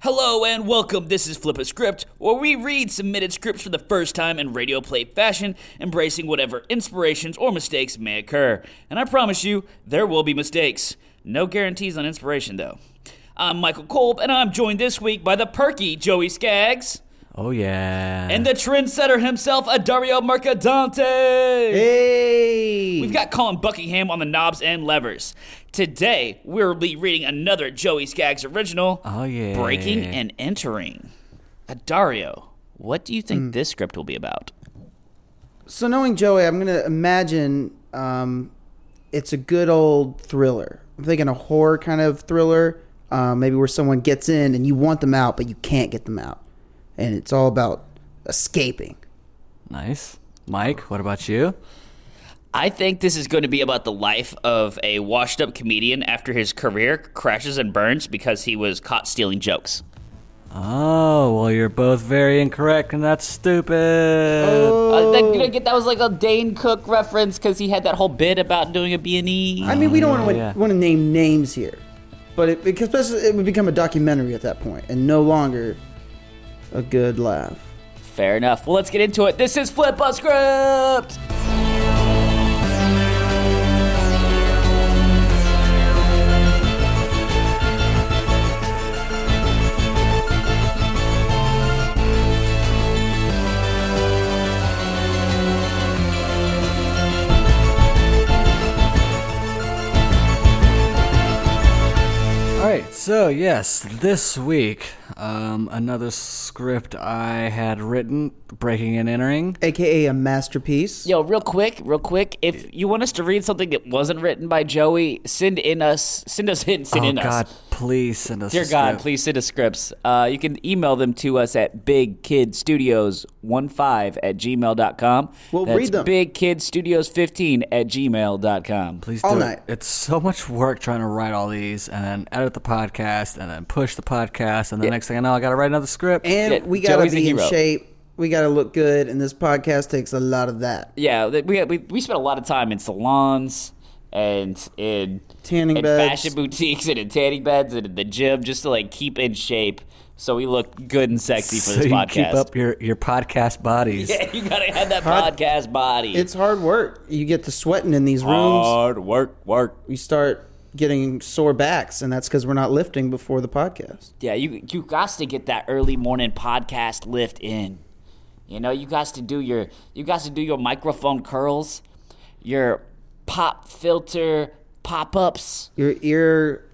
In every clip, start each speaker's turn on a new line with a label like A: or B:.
A: Hello and welcome. This is Flip a Script, where we read submitted scripts for the first time in radio play fashion, embracing whatever inspirations or mistakes may occur. And I promise you, there will be mistakes. No guarantees on inspiration, though. I'm Michael Kolb, and I'm joined this week by the perky Joey Skaggs
B: Oh yeah.
A: and the trendsetter himself, Adario Mercadante.
B: hey.
A: We've got Colin Buckingham on the knobs and levers. Today, we'll be reading another Joey Skaggs original.
B: Oh, yeah.
A: Breaking and entering. Uh, Dario, what do you think
B: Hmm.
A: this script will be about?
C: So knowing Joey, I'm gonna imagine um, it's a good old thriller. I'm thinking a horror kind of thriller, uh, maybe where someone gets in and you want them out, but you can't get them out, and it's all about escaping.
B: nice. Mike, what about you?
A: I think this is going to be about the life of a washed up comedian after his career crashes and burns because he was caught stealing jokes.
B: Oh, well you're both very incorrect and that's stupid.
A: Uh, that, you
B: Oh.
A: know, that was like a Dane Cook reference because he had that whole bit about doing a E. B&E.
C: I mean, we don't
A: Oh,
C: want to
B: yeah.
C: want to name names here, but it, because this- it would become a documentary at that point, and no longer a good laugh.
A: Fair enough. Well, let's get into it. This is Flip a Script!
B: All right, so yes, this week, um, another script I had written, breaking and entering.
C: AKA a masterpiece.
A: Yo, real quick, real quick. If you want us to read something that wasn't written by Joey, send in us. Send us in. Send
B: oh
A: in
B: God,
A: us.
B: please send us.
A: Dear
B: a
A: God,
B: script.
A: please send us scripts. Uh, you can email them to us at bigkidstudios15 at gmail.com.
C: We'll
A: That's
C: read them.
A: bigkidstudios15 at gmail.com.
B: Please
C: All
B: do
C: night.
B: it. It's so much work trying to write all these, and then edit the podcast, and then push the podcast, and the next thing I know, I got to write another script.
C: and
A: Yeah,
C: we gotta
A: Joey's a
C: be in
A: hero.
C: shape. We gotta look good, and this podcast takes a lot of that.
A: Yeah, th- we, we, we spent a lot of time in salons and in
C: Tanning
A: in
C: beds.
A: fashion boutiques and in tanning beds and in the gym just to like keep in shape so we look good and sexy for
B: so
A: this
B: you
A: podcast.
B: keep up your your podcast bodies.
A: Yeah, you gotta have that
C: Hard-
A: podcast body.
C: It's hard work. You get to sweating in these rooms.
B: Uh,
A: work, work.
C: we start getting sore backs, and that's because we're not lifting before the podcast.
A: Yeah, you you got to get that early morning podcast lift in. You know, you got to do your you got to do your microphone curls, your pop filter pop ups.
C: Your ear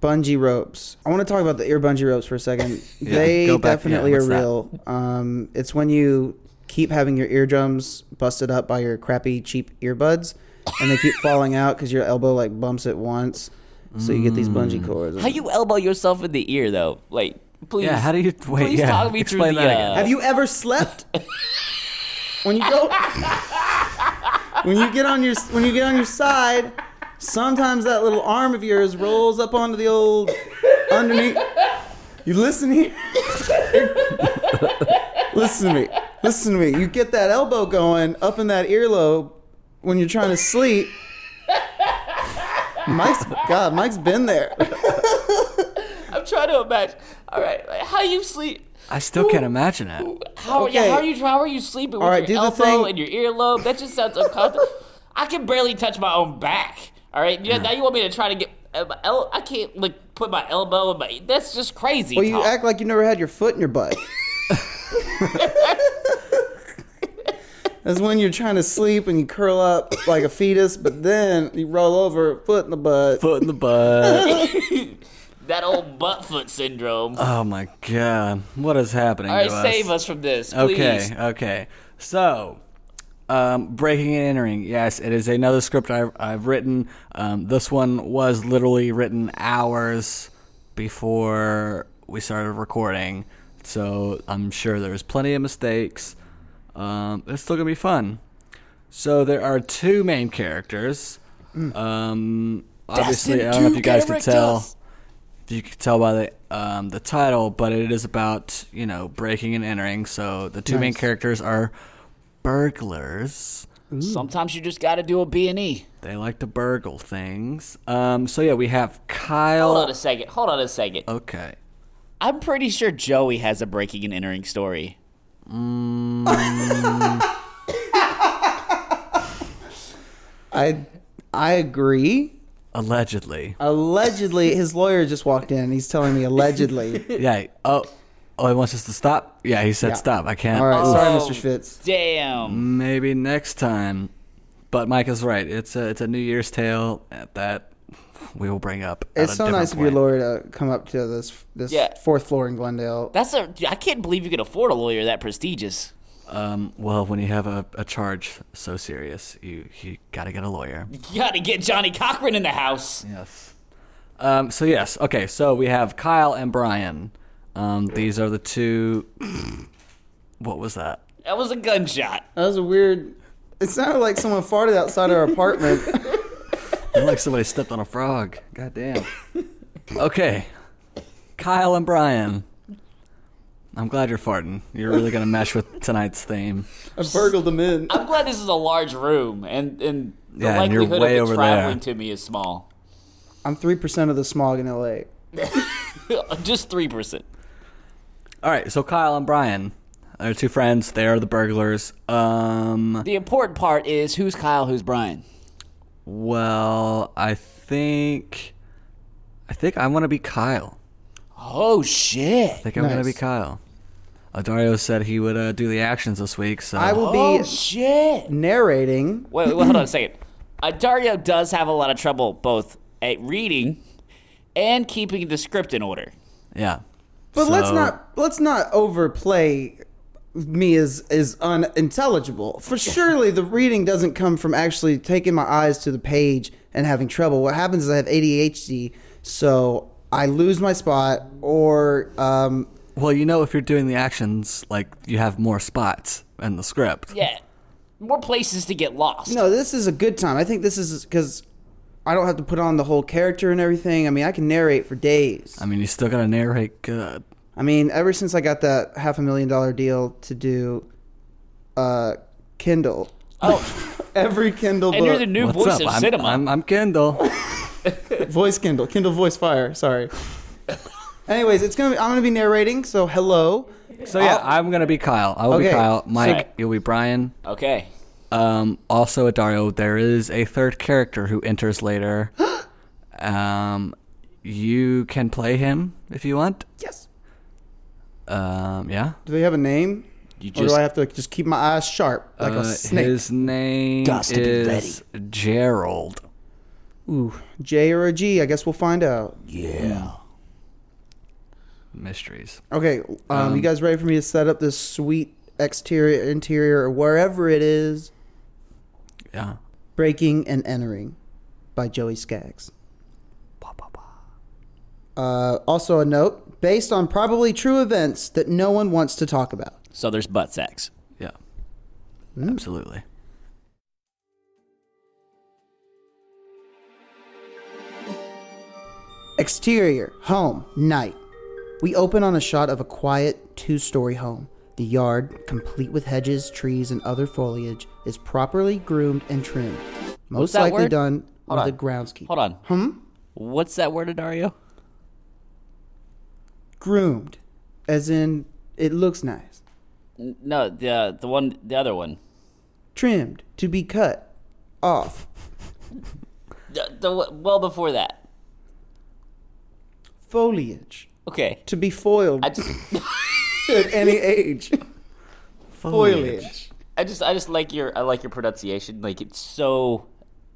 C: bungee ropes. I want to talk about the ear bungee ropes for a second. they
B: go back-
C: definitely
B: yeah,
C: are
B: what's that?
C: real. Um, it's when you keep having your eardrums busted up by your crappy cheap earbuds, and they keep falling out because your elbow like bumps it once. So you get these
B: Mm.
C: bungee cords.
A: How you elbow yourself in the ear though? Like, please.
B: Yeah, how do you- wait,
A: Please
B: yeah,
A: talk me
B: explain
A: through
B: that
A: the.
B: again.
A: uh,
C: Have you ever slept? when you go, when you get on your when you get on your side, sometimes that little arm of yours rolls up onto the old underneath. You listen here. listen to me. Listen to me. You get that elbow going up in that earlobe when you're trying to sleep. Mike's God, Mike's been there.
A: I'm trying to imagine. All right, like, how you sleep?
B: I still can't imagine it.
A: How, are
C: Okay.
A: you, how are you? How are you sleeping with
C: All
A: your
C: right, do the
A: elbow
C: thing-
A: and your earlobe? That just sounds uncomfortable. I can barely touch my own back. All right, yeah, now you want me to try to get? Uh, my el- I can't like put my elbow in my. That's just crazy.
C: Well, you
A: talk.
C: act like you never had your foot in your butt. That's when you're trying to sleep and you curl up like a fetus, but then you roll over, foot in the butt.
B: Foot in the butt.
A: that old butt foot syndrome.
B: oh my god, what is happening?
A: all right,
B: to us?
A: save us from this, please.
B: Okay, okay. So, um, breaking and entering. Yes, it is another script I've, I've written. Um, this one was literally written hours before we started recording, so I'm sure there was plenty of mistakes. Um, it's still gonna be fun. So there are two main characters.
C: Mm.
B: Um, obviously, I don't know if you guys could tell you can tell by the um, the title, but it is about you know breaking and entering. So the two main characters are burglars.
A: Sometimes you just got to do a B and E.
B: They like to burgle things. Um, so yeah, we have Kyle. Uh,
A: Hold on a second. Hold on a second.
B: okay,
A: I'm pretty sure Joey has a breaking and entering story.
C: I I agree.
B: Allegedly.
C: Allegedly, his lawyer just walked in. He's telling me allegedly.
B: Yeah. Oh, oh, he wants us to stop. Yeah, he said
C: Yeah.
B: stop. I can't.
C: All right, sorry,
A: Oh.
C: Mr. Schvitz.
B: Mm.
A: Damn.
B: Maybe next time. But Mike is right. It's a it's a New Year's tale at that we will bring up. at
C: It's
B: a
C: so
B: different
C: nice of your
B: point.
C: lawyer to come up to this this
A: Yeah.
C: fourth floor in Glendale.
A: That's a. I can't believe you could afford a lawyer that prestigious.
B: Um, well, when you have a, a charge so serious, you you gotta get a lawyer.
A: You gotta get Johnny Cochran in the house.
B: Yes. Um, so yes, okay. So we have Kyle and Brian. Um, these are the two. what was that?
A: That was a gunshot.
C: that was a weird. It sounded like someone farted outside our apartment.
B: It like somebody stepped on a frog. God damn. Okay. Kyle and Brian. I'm glad you're farting. You're really gonna mesh with tonight's theme.
C: I burgled them in.
A: I'm glad this is a large room, and and the
B: Yeah, and you're
A: likelihood
B: way
A: of
B: over
A: it traveling to
B: there.
A: me is small.
C: I'm three percent of the smog in L.A.
A: Just three percent.
B: All right. So Kyle and Brian, they're two friends. They are the burglars. Um.
A: The important part is who's Kyle, who's Brian.
B: Well, I think. I think I want to be Kyle.
A: Oh shit!
B: I think I'm gonna
C: Nice.
B: be Kyle. Adario said he would uh, do the actions this week, so
C: I will
A: Oh
C: be
A: shit!
C: narrating.
A: Wait, wait, hold on a second. Dario does have a lot of trouble both at reading and keeping the script in order.
B: yeah.
C: But let's
B: So-
C: not let's not overplay me as is unintelligible. For surely the reading doesn't come from actually taking my eyes to the page and having trouble. What happens is I have ADHD, so I lose my spot or um,
B: Well, you know, if you're doing the actions, like you have more spots in the script.
A: Yeah, more places to get lost.
C: no, this is a good time. I think this is cuz I don't have to put on the whole character and everything. I mean, I can narrate for days.
B: I mean, you still gotta narrate uh, good.
C: I mean, ever since I got that half a million dollar deal to do uh Kindle.
A: Oh,
C: Every Kindle book.
A: and you're the new
B: What's
A: voice
B: up?
A: of
B: I'm,
A: cinema.
B: I'm, I'm
C: Oh,
B: Kendall.
C: voice Kindle, Kindle Voice Fire. Sorry. Anyways, it's gonna. Be, I'm gonna be narrating. So hello.
B: So
A: Oh,
B: yeah, I'm gonna be Kyle. I will be
C: Okay,
B: Kyle.
C: so-
B: Mike, you'll be Brian.
A: okay.
B: Um, also, Adario, there is a third character who enters later. um, you can play him if you want.
C: Yes.
B: Um, yeah.
C: Do they have a name?
A: You
C: or
A: just-
C: do I have to just keep my eyes sharp like
B: Uh,
C: a snake?
B: His name
A: Gots to be
B: is Gerald.
C: Ooh, J or a G? I guess we'll find out.
A: Yeah.
B: Mysteries.
C: Okay. Um, you guys ready for me to set up this sweet exterior, interior, or wherever it is?
B: Yeah.
C: Breaking and Entering by Joey Skaggs.
B: Ba, ba, ba.
C: Uh, also a note based on probably true events that no one wants to talk about.
A: So there's butt sex.
B: Yeah.
A: Hmm.
B: Absolutely.
C: Exterior, home, night. We open on a shot of a quiet, two story home. The yard, complete with hedges, trees, and other foliage, is properly groomed and trimmed. Most
A: that
C: likely
A: word?
C: done
A: Hold
C: with
A: on.
C: a groundskeeper.
A: Hold on. Hmm? What's that word, Dario?
C: Groomed, as in it looks nice.
A: No, the the one, the other one.
C: Trimmed, to be cut off.
A: The, the one- well before that.
C: Foliage,
A: Okay.
C: to be foiled
A: I just,
C: at any age. Foliage.
A: I just, I just like your, I like your pronunciation. Like it's so,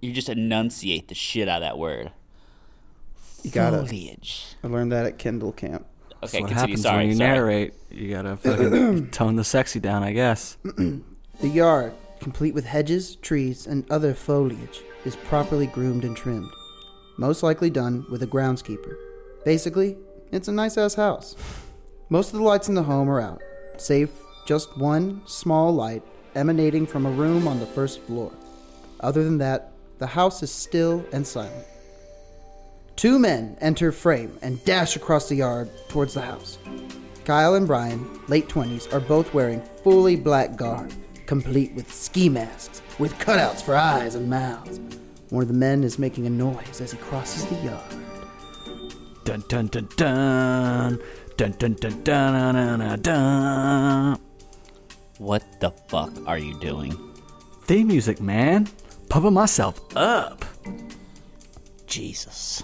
A: you just enunciate the shit out of that word.
C: You got it.
A: Foliage.
C: I learned that at Kindle Camp.
A: Okay,
B: That's what
A: continue.
B: happens
A: Sorry,
B: when you
A: sorry.
B: narrate. You gotta fucking tone the sexy down, I guess.
C: The yard, complete with hedges, trees, and other foliage, is properly groomed and trimmed. Most likely done with a groundskeeper. Basically, it's a nice ass house. Most of the lights in the home are out, save just one small light emanating from a room on the first floor. Other than that, the house is still and silent. Two men enter frame and dash across the yard towards the house. Kyle and Brian, late 20s, are both wearing fully black garb, complete with ski masks, with cutouts for eyes and mouths. One of the men is making a noise as he crosses the yard.
B: Dun dun dun dun. Dun dun dun dun dun dun dun.
A: What the fuck are you doing?
B: Theme music, man. Pumping myself up.
A: Jesus.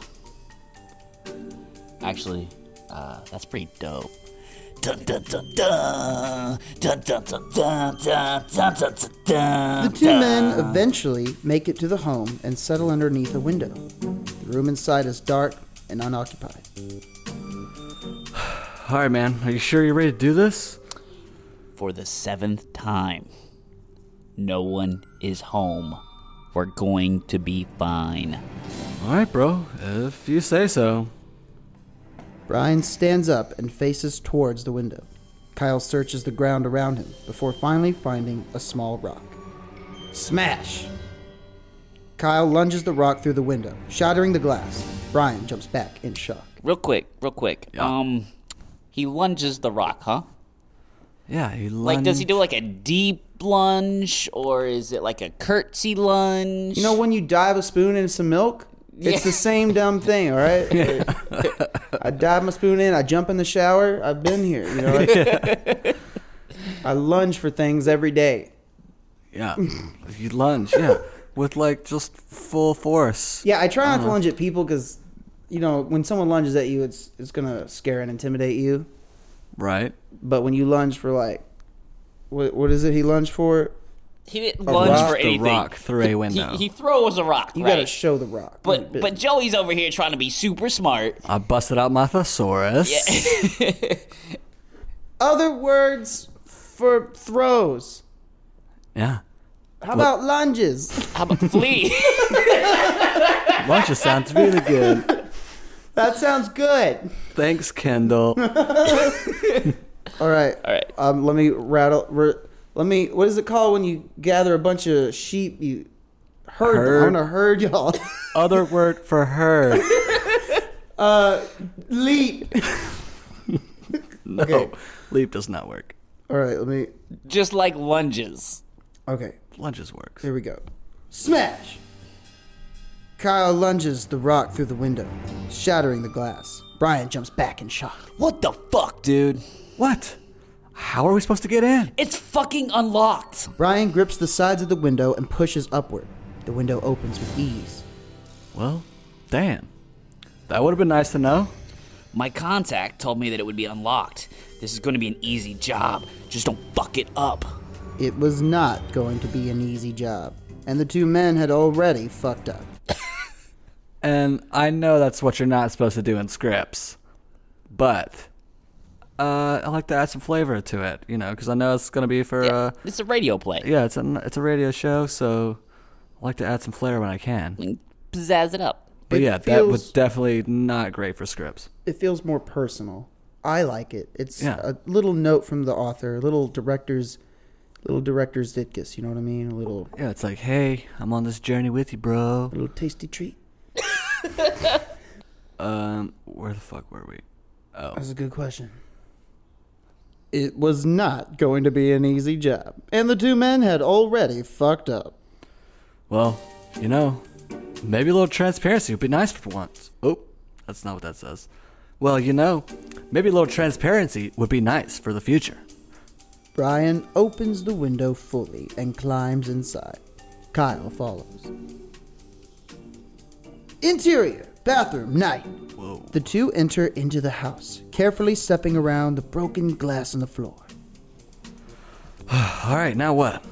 A: Actually, uh, that's pretty dope. Dun dun dun dun dun dun dun dun dun dun dun dun
C: The
A: dun.
C: two men eventually make it to the home and settle underneath a window. The room inside is dark and unoccupied.
B: All right, man. Are you sure you're ready to do this?
A: For the seventh time, no one is home. We're going to be fine.
B: All right, bro. If you say so.
C: Brian stands up and faces towards the window. Kyle searches the ground around him before finally finding a small rock. Smash! Kyle lunges the rock through the window, shattering the glass. Brian jumps back in shock.
A: Real quick, real quick.
B: Yeah.
A: Um, he lunges the rock, huh?
B: Yeah, he
A: Like, does he do like a deep lunge, or is it like a curtsy lunge?
C: You know, when you dive a spoon in some milk, it's
A: Yeah.
C: the same dumb thing, all right? I dive my spoon in, I jump in the shower, I've been here. You know, like- I lunge for things every day.
B: Yeah, if you lunge. Yeah, with like just full force.
C: Yeah, I try not to
A: Uh-huh.
C: lunge at people because, you know, when someone lunges at you, it's it's gonna scare and intimidate you.
B: Right.
C: But when you lunge for like, what what is it? He lunged for?
A: He didn't lunge
C: rock.
A: for
B: The
A: anything.
B: rock through a
A: He-
B: window.
A: He, he throws a rock.
C: You
A: right?
C: gotta show the rock.
A: but but Joey's over here trying to be super smart.
B: I busted out my thesaurus.
C: other words for throws.
B: Yeah.
C: How about lunges?
A: How about flee?
B: Lunch sounds really good.
C: That sounds good.
B: Thanks, Kendall.
C: All right.
A: All right.
C: Um, let me rattle. Re, let me. What is it called when you gather a bunch of sheep? You herd.
B: Herd.
C: I'm gonna herd y'all.
B: Other word for her.
C: Leap.
B: No,
C: Okay.
B: leap does not work.
C: All right. Let me.
A: Just like lunges.
C: Okay.
B: Lunges works.
C: Here we go. Smash! Kyle lunges the rock through the window, shattering the glass. Brian jumps back in shock.
A: What the fuck, dude?
B: What? How are we supposed to get in?
A: It's fucking unlocked.
C: Brian grips the sides of the window and pushes upward. The window opens with ease.
B: Well, damn. That would have been nice to know.
A: My contact told me that it would be unlocked. This is going to be an easy job. Just don't fuck it up.
C: It was not going to be an easy job, and the two men had already fucked up.
B: And I know that's what you're not supposed to do in scripts, but uh, I like to add some flavor to it, you know, because I know it's gonna be for yeah. Uh,
A: It's a radio play.
B: yeah, it's a it's a radio show, so I like to add some flair when I can.
A: Pizzazz it up.
B: But
C: It
B: yeah, that was
C: feels-
B: definitely not great for scripts.
C: It feels more personal. I like it. It's
B: Yeah.
C: a little note from the author, a little director's, little director's ditkus. You know what I mean? A little,
B: Yeah, it's like, hey, I'm on this journey with you, bro.
C: a little tasty treat.
B: Um, where the fuck were we?
C: That's a good question. It was not going to be an easy job, and the two men had already fucked up.
B: Well, you know, maybe a little transparency would be nice for once. Oh, that's not what that says. Well, you know, maybe a little transparency would be nice for the future.
C: Brian opens the window fully and climbs inside. Kyle follows. Interior, bathroom, night.
B: Whoa.
C: The two enter into the house, carefully stepping around the broken glass on the floor.
B: All right, now what?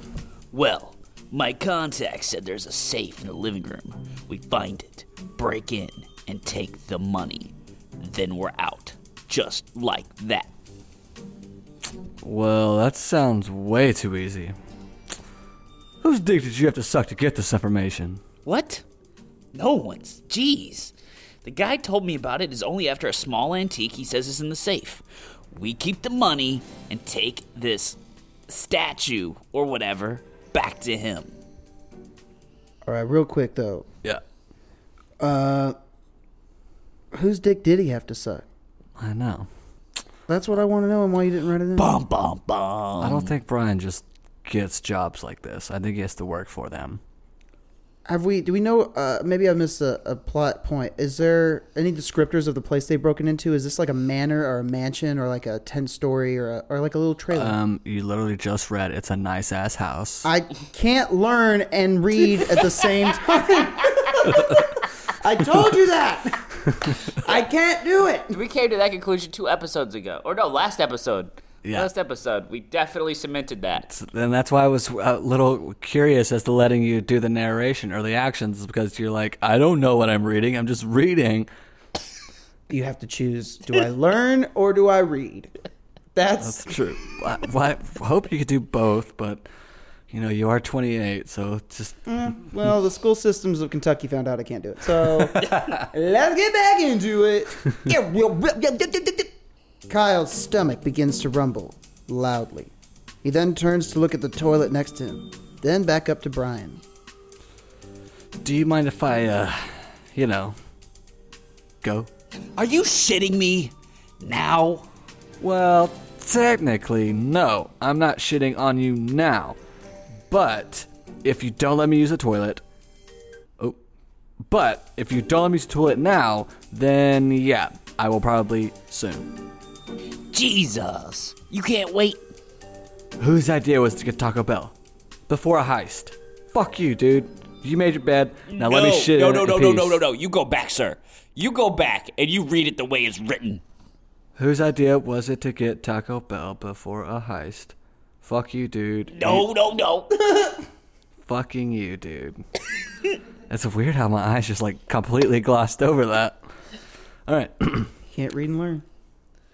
A: Well, my contact said there's a safe in the living room. We find it, break in, and take the money. Then we're out. Just like that.
B: Well, that sounds way too easy. Whose dick did you have to suck to get this information?
A: What? No one's. Jeez. The guy told me about it is only after a small antique he says is in the safe. We keep the money and take this statue or whatever back to him.
C: All right, real quick though.
B: Yeah.
C: Whose dick did he have to suck?
B: I know.
C: That's what I want to know and why you didn't write it in.
A: Bum bum bum.
B: I don't think Brian just gets jobs like this. I think he has to work for them.
C: Have we? Do we know? Uh, maybe I missed a, a plot point. Is there any descriptors of the place they've broken into? Is this like a manor or a mansion or like a ten story or a, or like a little trailer?
B: Um, you literally just read it's a nice ass house.
C: I can't learn and read at the same time. I told you that. I can't do it.
D: We came to that conclusion two episodes ago, or no, last episode.
B: Yeah.
D: Last episode, we definitely cemented that.
B: and that's why I was a little curious as to letting you do the narration or the actions because you're like, I don't know what I'm reading. I'm just reading.
C: You have to choose: do I learn or do I read? That's,
B: It's true. I, well, I hope you could do both, but you know you are 28, so just
C: well, the school systems of Kentucky found out I can't do it. So let's get back into it. Yeah, well, blah, blah, blah, blah, blah. Kyle's stomach begins to rumble loudly. He then turns to look at the toilet next to him, then back up to Brian.
B: do you mind if I, uh, you know, go?
A: Are you shitting me? Now?
B: Well, technically, no. I'm not shitting on you now. But if you don't let me use the toilet. Oh. But if you don't let me use the toilet now, then yeah, I will probably soon.
A: Jesus. You can't wait.
B: Whose idea was to get Taco Bell? Before a heist. Fuck you, dude. You made your bed. Now let me
A: No,
B: shit.
A: No,
B: in
A: no,
B: it
A: no,
B: in
A: no,
B: peace.
A: no, no, no. You go back, sir. You go back and you read it the way it's written.
B: Whose idea was it to get Taco Bell before a heist? Fuck you, dude.
A: No, no, no.
B: fucking you, dude. it's weird how my eyes just like completely glossed over that. All right.
C: Can't read and learn.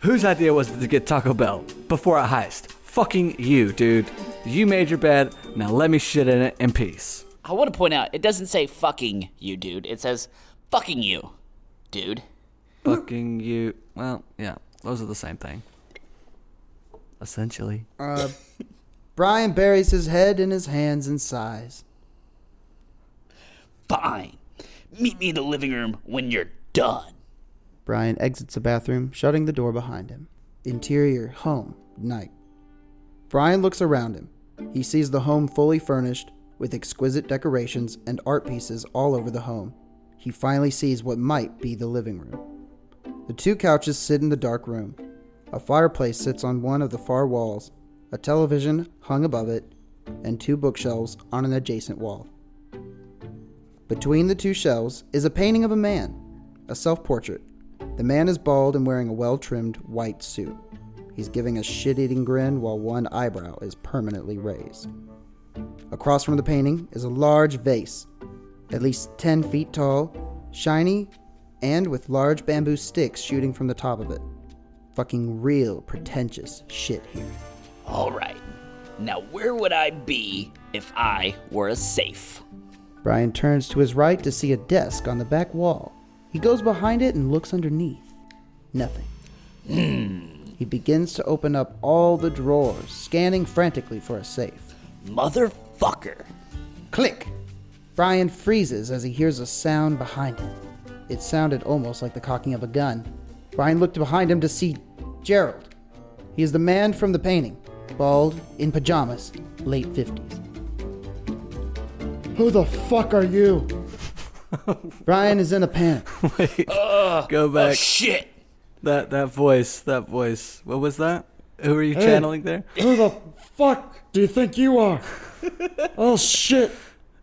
B: Whose idea was it to get Taco Bell before a heist? Fucking you, dude. You made your bed. Now let me shit in it in peace.
D: I want to point out, it doesn't say fucking you, dude. It says fucking you, dude.
B: fucking you. Well, yeah. Those are the same thing. Essentially.
C: Uh, Brian buries his head in his hands and sighs.
A: Fine. Meet me in the living room when you're done.
C: Brian exits the bathroom, shutting the door behind him. Interior, home, night. Brian looks around him. He sees the home fully furnished, with exquisite decorations and art pieces all over the home. He finally sees what might be the living room. The two couches sit in the dark room. A fireplace sits on one of the far walls, a television hung above it, and two bookshelves on an adjacent wall. Between the two shelves is a painting of a man, a self portrait. The man is bald and wearing a well trimmed white suit. He's giving a shit eating grin while one eyebrow is permanently raised. Across from the painting is a large vase, at least 10 feet tall, shiny, and with large bamboo sticks shooting from the top of it. Fucking real pretentious shit here.
A: All right. Now, where would I be if I were a safe?
C: Brian turns to his right to see a desk on the back wall. He goes behind it and looks underneath. Nothing. He begins to open up all the drawers, scanning frantically for a safe.
A: Motherfucker.
C: Click! Brian freezes as he hears a sound behind him. It sounded almost like the cocking of a gun. Brian looked behind him to see Gerald. He is the man from the painting, bald, in pajamas, late 50s. Who the fuck are you? Brian is in a panic.
B: Go back.
A: Shit.
B: that that voice. That voice. What was that? Who were you channeling there?
E: Who the fuck do you think you are? oh shit.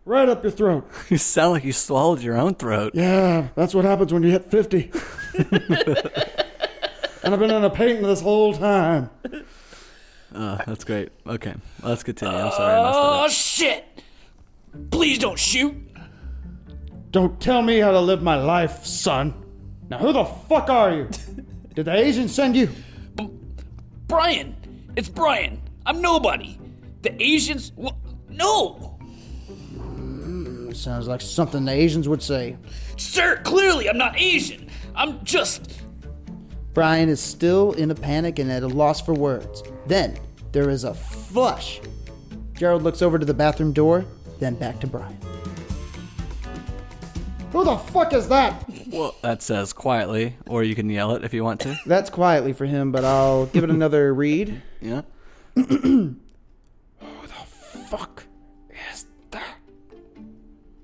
E: Right up your throat.
B: You sound like you swallowed your own throat.
E: Yeah, that's what happens when you hit 50. and I've been in a painting this whole time.
B: Uh, that's great. Okay, let's continue. I'm sorry. I messed that up.
A: Oh, shit. Please don't shoot.
E: Don't tell me how to live my life, son. Now, who the fuck are you? Did the Asians send you?
A: Brian. It's Brian. I'm nobody. The Asians. Well, no.
C: Sounds like something the Asians would say.
A: Sir, clearly I'm not Asian. I'm just.
C: Brian is still in a panic and at a loss for words. Then there is a flush. Gerald looks over to the bathroom door, then back to Brian.
E: Who the fuck is that?
B: Well, that says quietly, or you can yell it if you want to.
C: That's quietly for him, but I'll give it another read.
B: Yeah.
E: Fuck is that?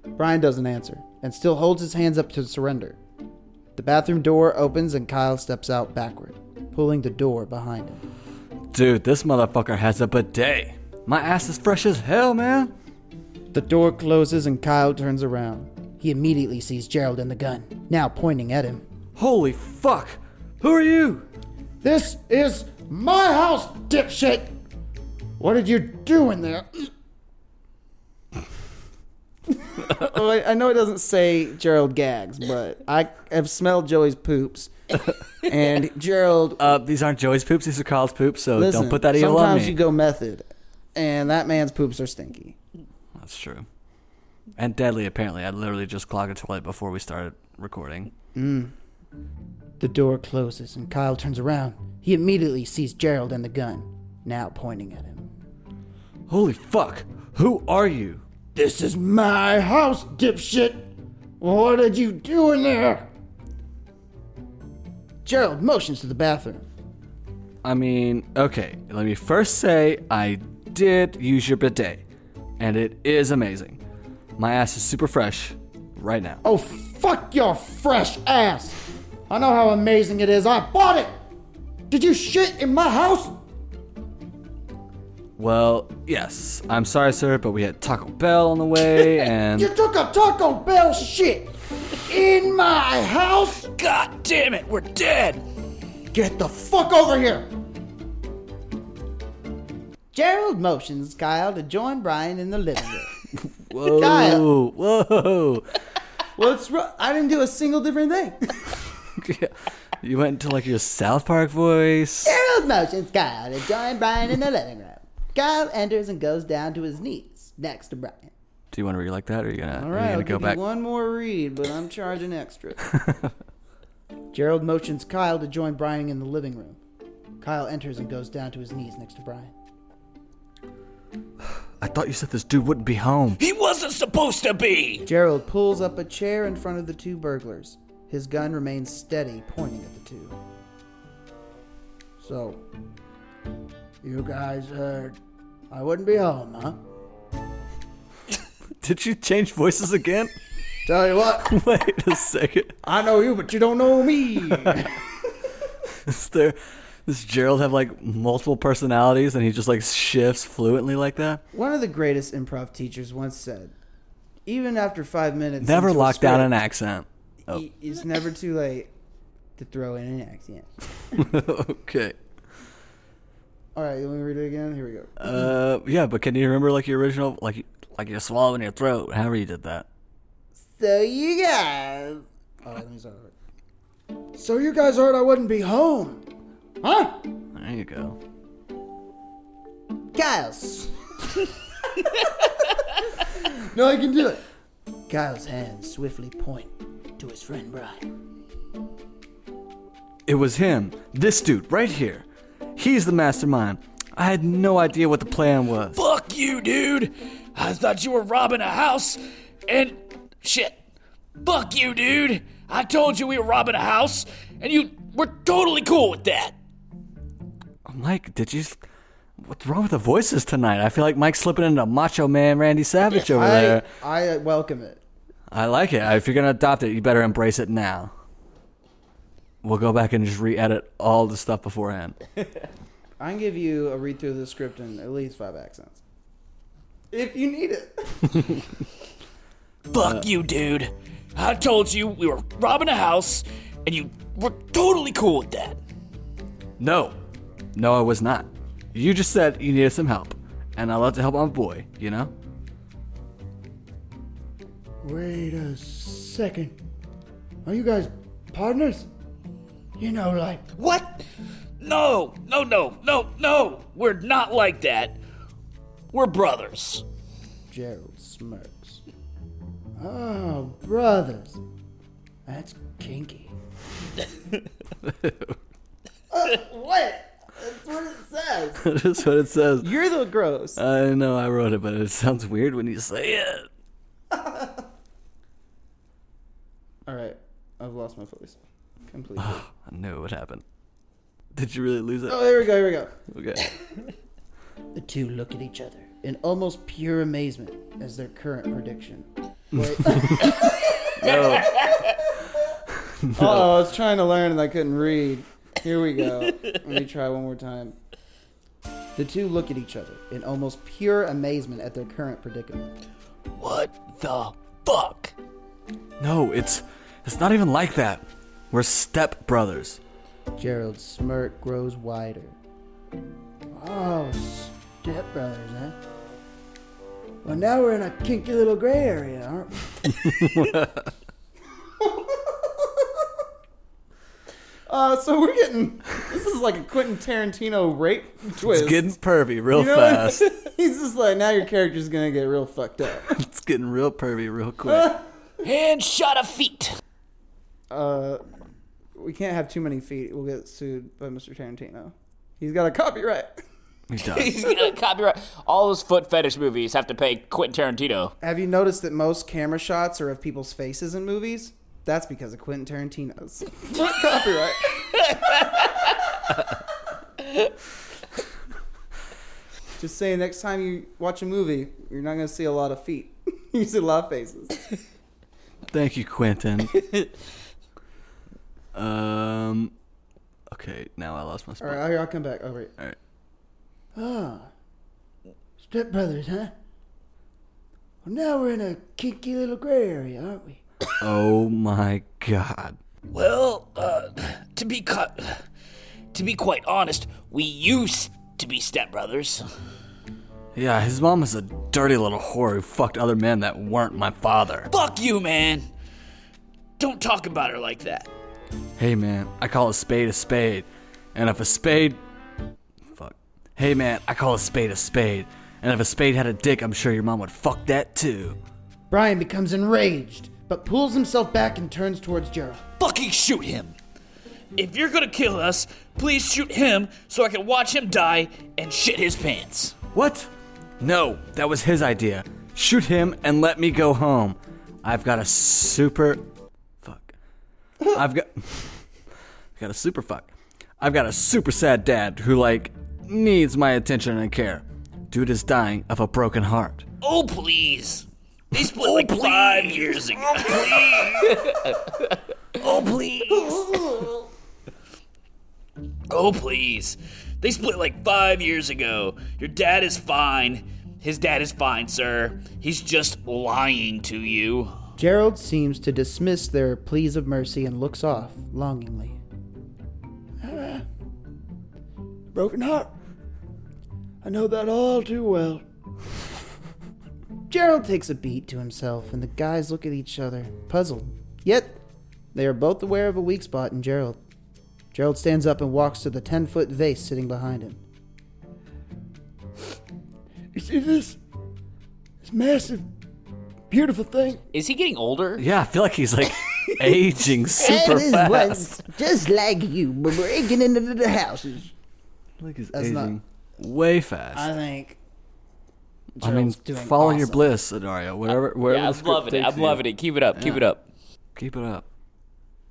C: Brian doesn't answer and still holds his hands up to surrender. The bathroom door opens and Kyle steps out backward, pulling the door behind him.
B: Dude, this motherfucker has a bidet. My ass is fresh as hell, man.
C: The door closes and Kyle turns around. He immediately sees Gerald and the gun, now pointing at him.
B: Holy fuck. Who are you?
E: This is my house, dipshit! What did you do in there?
C: Well, I, I know it doesn't say Gerald gags, but I have smelled Joey's poops. and Gerald,
B: Uh, these aren't Joey's poops. These are Kyle's poops. So
C: listen,
B: don't put that EL on
C: sometimes
B: me.
C: you go method, and that man's poops are stinky.
B: That's true. And deadly. Apparently, I literally just clogged a toilet before we started recording.
C: The door closes and Kyle turns around. He immediately sees Gerald and the gun, now pointing at him.
B: Holy fuck. Who are you?
E: This is my house, dipshit! What did you do in there?
C: Gerald motions to the bathroom.
B: I mean, okay, let me first say I did use your bidet, and it is amazing. My ass is super fresh right now.
E: Oh, fuck your fresh ass! I know how amazing it is. I bought it! Did you shit in my house?
B: Well, yes, I'm sorry, sir, but we had Taco Bell on the way, and
E: You took a Taco Bell shit in my house?
A: God damn it, we're dead!
E: Get the fuck over here!
C: Gerald motions Kyle to join Brian in the living room.
B: whoa,
C: Kyle.
B: whoa,
C: What's wrong? I didn't do a single different thing.
B: you went into like your South Park voice.
C: Gerald motions Kyle to join Brian in the living room. Kyle enters and goes down to his knees next to Brian.
B: Do you want to read like that, or are you gonna,
C: All
B: are you
C: right,
B: gonna
C: I'll
B: go
C: give
B: back?
C: you one more read, but I'm charging extra. Gerald motions Kyle to join Brian in the living room. Kyle enters and goes down to his knees next to Brian.
B: I thought you said this dude wouldn't be home.
A: He wasn't supposed to be!
C: Gerald pulls up a chair in front of the two burglars. His gun remains steady, pointing at the two.
E: So,
C: You guys heard I wouldn't be home, huh?
B: Did you change voices again?
E: tell you what,
B: Wait a second.
E: I know you, but you don't know me.
B: Is there does Gerald have like multiple personalities and he just like shifts fluently like that?
C: One of the greatest improv teachers once said, even after five minutes,
B: Never
C: into a
B: lock down an
C: script,
B: accent. Oh.
C: i- It's never too late to throw in an accent.
B: okay.
C: All right, let me read it again. Here we go.
B: Uh yeah, but can you remember like your original like like you're swallowing your throat, however you did that?
C: So you guys. Oh, let me start over.
E: so, you guys heard I wouldn't be home. Huh?
B: There you go.
C: Kyle's.
E: No, I can do it.
C: Kyle's hands swiftly point to his friend Brian.
B: It was him. This dude right here. He's the mastermind. I had no idea what the plan was.
A: Fuck you, dude! I thought you were robbing a house and. shit. Fuck you, dude! I told you we were robbing a house and you were totally cool with that!
B: Mike, did you What's wrong with the voices tonight? I feel like Mike's slipping into Macho Man Randy Savage over
C: I,
B: there.
C: I uh, welcome it.
B: I like it. If you're gonna adopt it, you better embrace it now. We'll go back and just re-edit all the stuff beforehand.
C: I can give you a read through of the script in at least five accents. If you need it.
A: Fuck you, dude! I told you we were robbing a house and you were totally cool with that!
B: No, no, I was not. You just said you needed some help, and I love to help my boy. You know,
E: Wait a second. Are you guys partners? You know, like,
A: What? No, no, no, no, no! We're not like that. We're brothers.
E: Gerald smirks. Oh, brothers. That's kinky.
C: What? That's what it says.
B: that's what it says.
C: You're the gross.
B: I know I wrote it, but it sounds weird when you say it.
C: All right, I've lost my voice completely.
B: I knew it would happen. Did you really lose it?
C: oh, here we go. Here we go.
B: Okay.
C: The two look at each other in almost pure amazement as their current prediction Oh, I was trying to learn and I couldn't read. Here we go. Let me try one more time.
E: The two look at each other in almost pure amazement at their current predicament.
D: What the fuck?
B: No, it's it's not even like that. We're step brothers.
E: Gerald's smirk grows wider. Oh, stepbrothers, huh? Well, now we're in a kinky little gray area, aren't we?
C: Uh, so we're getting this is like a Quentin Tarantino rape twist.
B: It's getting pervy real
C: You know what I
B: fast.
C: mean? He's just like now your character's gonna get real fucked up.
B: it's getting real pervy real quick.
D: And shot of feet.
C: Uh, we can't have too many feet. We'll get sued by Mr. Tarantino. He's got a copyright.
B: He does.
D: He's gonna copyright all those foot fetish movies. Have to pay Quentin Tarantino.
C: Have you noticed that most camera shots are of people's faces in movies?
E: That's because of Quentin Tarantino's.
C: copyright.
E: Just saying, next time you watch a movie, you're not going to see a lot of feet.
C: you see a lot of faces.
B: Thank you, Quentin. um, okay, now I lost my spot.
C: All right, I'll come back. Oh wait.
B: All right.
E: Stepbrothers, huh? Well, now we're in a kinky little gray area, aren't we?
B: Oh my god.
D: Well, uh, to be cut, to be quite honest, we used to be stepbrothers.
B: Yeah, his mom is a dirty little whore who fucked other men that weren't my father.
D: Fuck you, man. Don't talk about her like that.
B: Hey man, I call a spade a spade. And if a spade. Fuck. Hey man, I call a spade a spade. And if a spade had a dick, I'm sure your mom would fuck that too.
E: Brian becomes enraged, but pulls himself back and turns towards Gerald.
D: Fucking shoot him. If you're gonna kill us, please shoot him so I can watch him die and shit his pants.
B: What? No, that was his idea. Shoot him and let me go home. I've got a super. Fuck. I've got. I've got a super fuck. I've got a super sad dad who, like, needs my attention and care. Dude is dying of a broken heart.
D: Oh, please. They split like five years ago. Oh, please. oh, please. oh, please. They split like five years ago. Your dad is fine. His dad is fine, sir. He's just lying to you.
E: Gerald seems to dismiss their pleas of mercy and looks off longingly.
C: Ah, Broken heart. I know that all too well.
E: Gerald takes a beat to himself, and the guys look at each other, puzzled. Yet, they are both aware of a weak spot in Gerald. Gerald stands up and walks to the 10 foot vase sitting behind him.
C: You see this? This massive, beautiful thing.
D: Is he getting older?
B: Yeah, I feel like he's, like, aging super fast.
E: just like you, but breaking into the houses.
B: Like
E: That's not-
B: aging way fast.
E: I
B: I,
E: think.
B: mean,
E: Gerald's doing
B: follow your
E: awesome.
B: bliss scenario. Whatever, wherever the script takes you.
A: it. Keep it up. Keep it up.
B: Keep it up.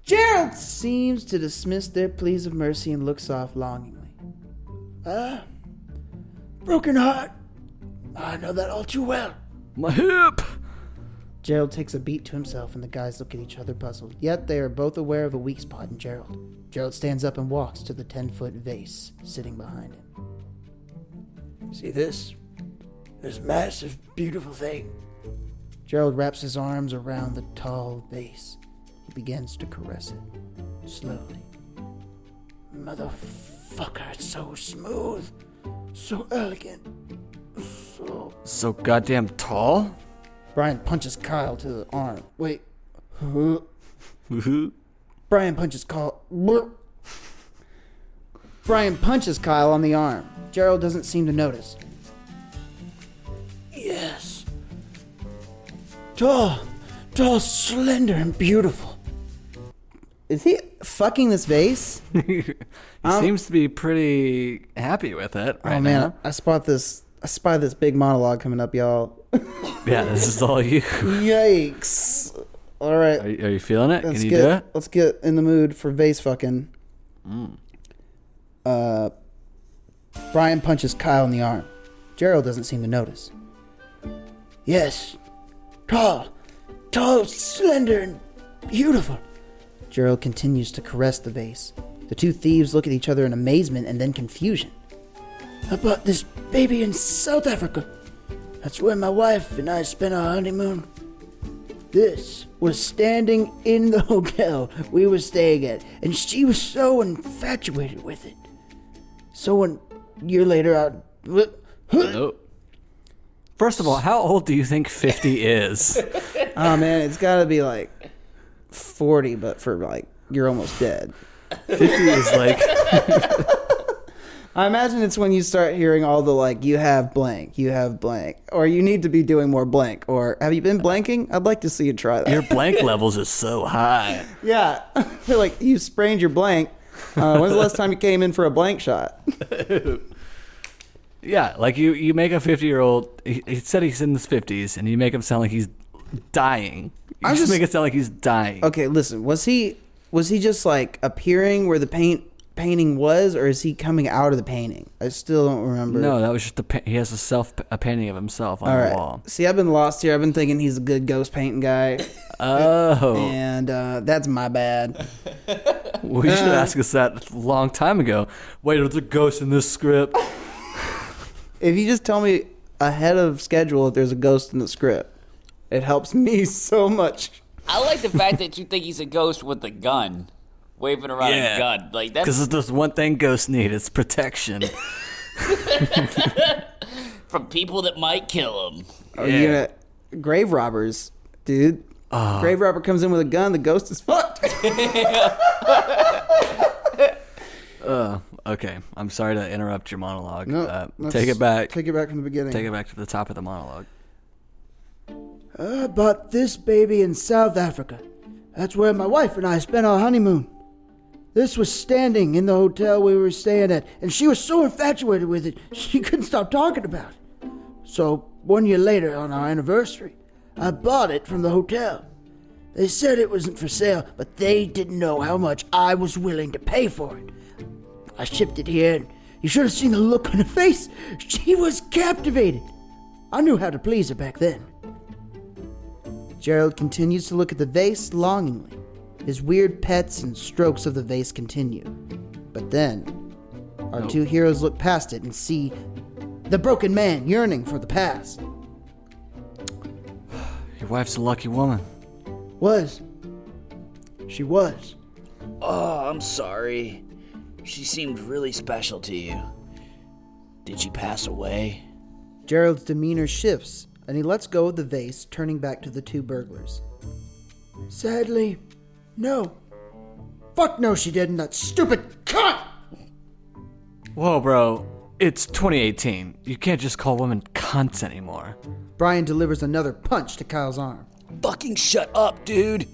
E: Gerald seems to dismiss their pleas of mercy and looks off longingly. Ah, broken heart. I know that all too well.
B: My hip!
E: Gerald takes a beat to himself, and the guys look at each other puzzled. Yet they are both aware of a weak spot in Gerald. Gerald stands up and walks to the 10 foot vase sitting behind him.
C: See this? This massive, beautiful thing.
E: Gerald wraps his arms around the tall vase. He begins to caress it, slowly.
C: Motherfucker, it's so smooth, so elegant, so.
B: So goddamn tall?
E: Brian punches Kyle to the arm. Wait. Huh? Brian punches Kyle. Blur. Brian punches Kyle on the arm. Gerald doesn't seem to notice.
C: Yes. Tall, tall, slender, and beautiful.
E: Is he fucking this vase?
B: he seems to be pretty happy with it right
E: Um, oh man,
B: now.
E: I spot this. I spy this big monologue coming up, y'all.
B: Yeah, this is all you.
E: Yikes! All right,
B: Are, you- are you feeling it?
E: let's
B: Can you
E: get
B: do it?
E: let's get in the mood for vase fucking. Uh, Brian punches Kyle in the arm. Gerald doesn't seem to notice.
C: Yes. Tall,
E: tall, slender, and beautiful.
C: Gerald continues to caress the vase. The two thieves look at each other in amazement and then confusion.
E: I bought this baby in South Africa. That's where my wife and I spent our honeymoon.
C: This was standing in the hotel we were staying at, and she was so infatuated with it. So one year later, I.
B: First of all, how old do you think 50 is?
C: Oh man, it's got to be like forty, but for like you're almost dead.
B: 50 is like
C: I imagine it's when you start hearing all the like you have blank, you have blank, or you need to be doing more blank, or have you been blanking? I'd like to see you try that.
B: your blank levels is so high.
C: yeah, they're like you sprained your blank. Uh, when's the last time you came in for a blank shot?
B: Yeah, like you, you make a 50 year old, he, he said he's in his 50s, and you make him sound like he's dying. You
C: I
B: just,
C: just-
B: make it sound like he's dying.
C: Okay, listen, was he was he just like appearing where the paint painting was, or is he coming out of the painting? I still don't remember.
B: No, that was just a, pa- he has a self a painting of himself on
C: All
B: the
C: right.
B: wall.
C: See, I've been lost here. I've been thinking he's a good ghost painting guy,
B: Oh,
C: and uh, that's my bad.
B: we should
C: Uh.
B: ask us that a long time ago. Wait, there's a ghost in this script.
C: If you just tell me ahead of schedule if there's a ghost in the script, it helps me so much.
D: I like the fact that you think he's a ghost with a gun, waving around
B: Yeah.
D: a gun. Like
B: Because
D: that's
B: it's just one thing ghosts need it's protection.
D: from people that might kill him.
C: Are Oh, you
B: Yeah.
C: gonna grave robbers, dude? grave robber comes in with a gun. The ghost is fucked.
B: okay, I'm sorry to interrupt your monologue.
C: No,
B: uh,
C: let's
B: take it back.
C: Take it back from the beginning.
B: Take it back to the top of the monologue.
E: I bought Uh, this baby in South Africa. That's where my wife and I spent our honeymoon. This was standing in the hotel we were staying at, and she was so infatuated with it, she couldn't stop talking about it. So, one year later, on our anniversary, I bought it from the hotel. They said it wasn't for sale, but they didn't know how much I was willing to pay for it. I shipped it here, and you should have seen the look on her face. She was captivated. I knew how to please her back then.
C: Gerald continues to look at the vase longingly. His weird pets and strokes of the vase continue. But then, our two heroes look past it and see the broken man yearning for the past.
B: Your wife's a lucky woman.
E: Was. She was.
D: Oh, I'm sorry. She seemed really special to you. Did she pass away?
C: Gerald's demeanor shifts, and he lets go of the vase, turning back to the two burglars.
E: Sadly, no. Fuck no, she didn't. That stupid cunt!
B: Whoa, bro. It's 2018. You can't just call women cunts anymore.
C: Brian delivers another punch to Kyle's arm.
D: Fucking shut up, dude.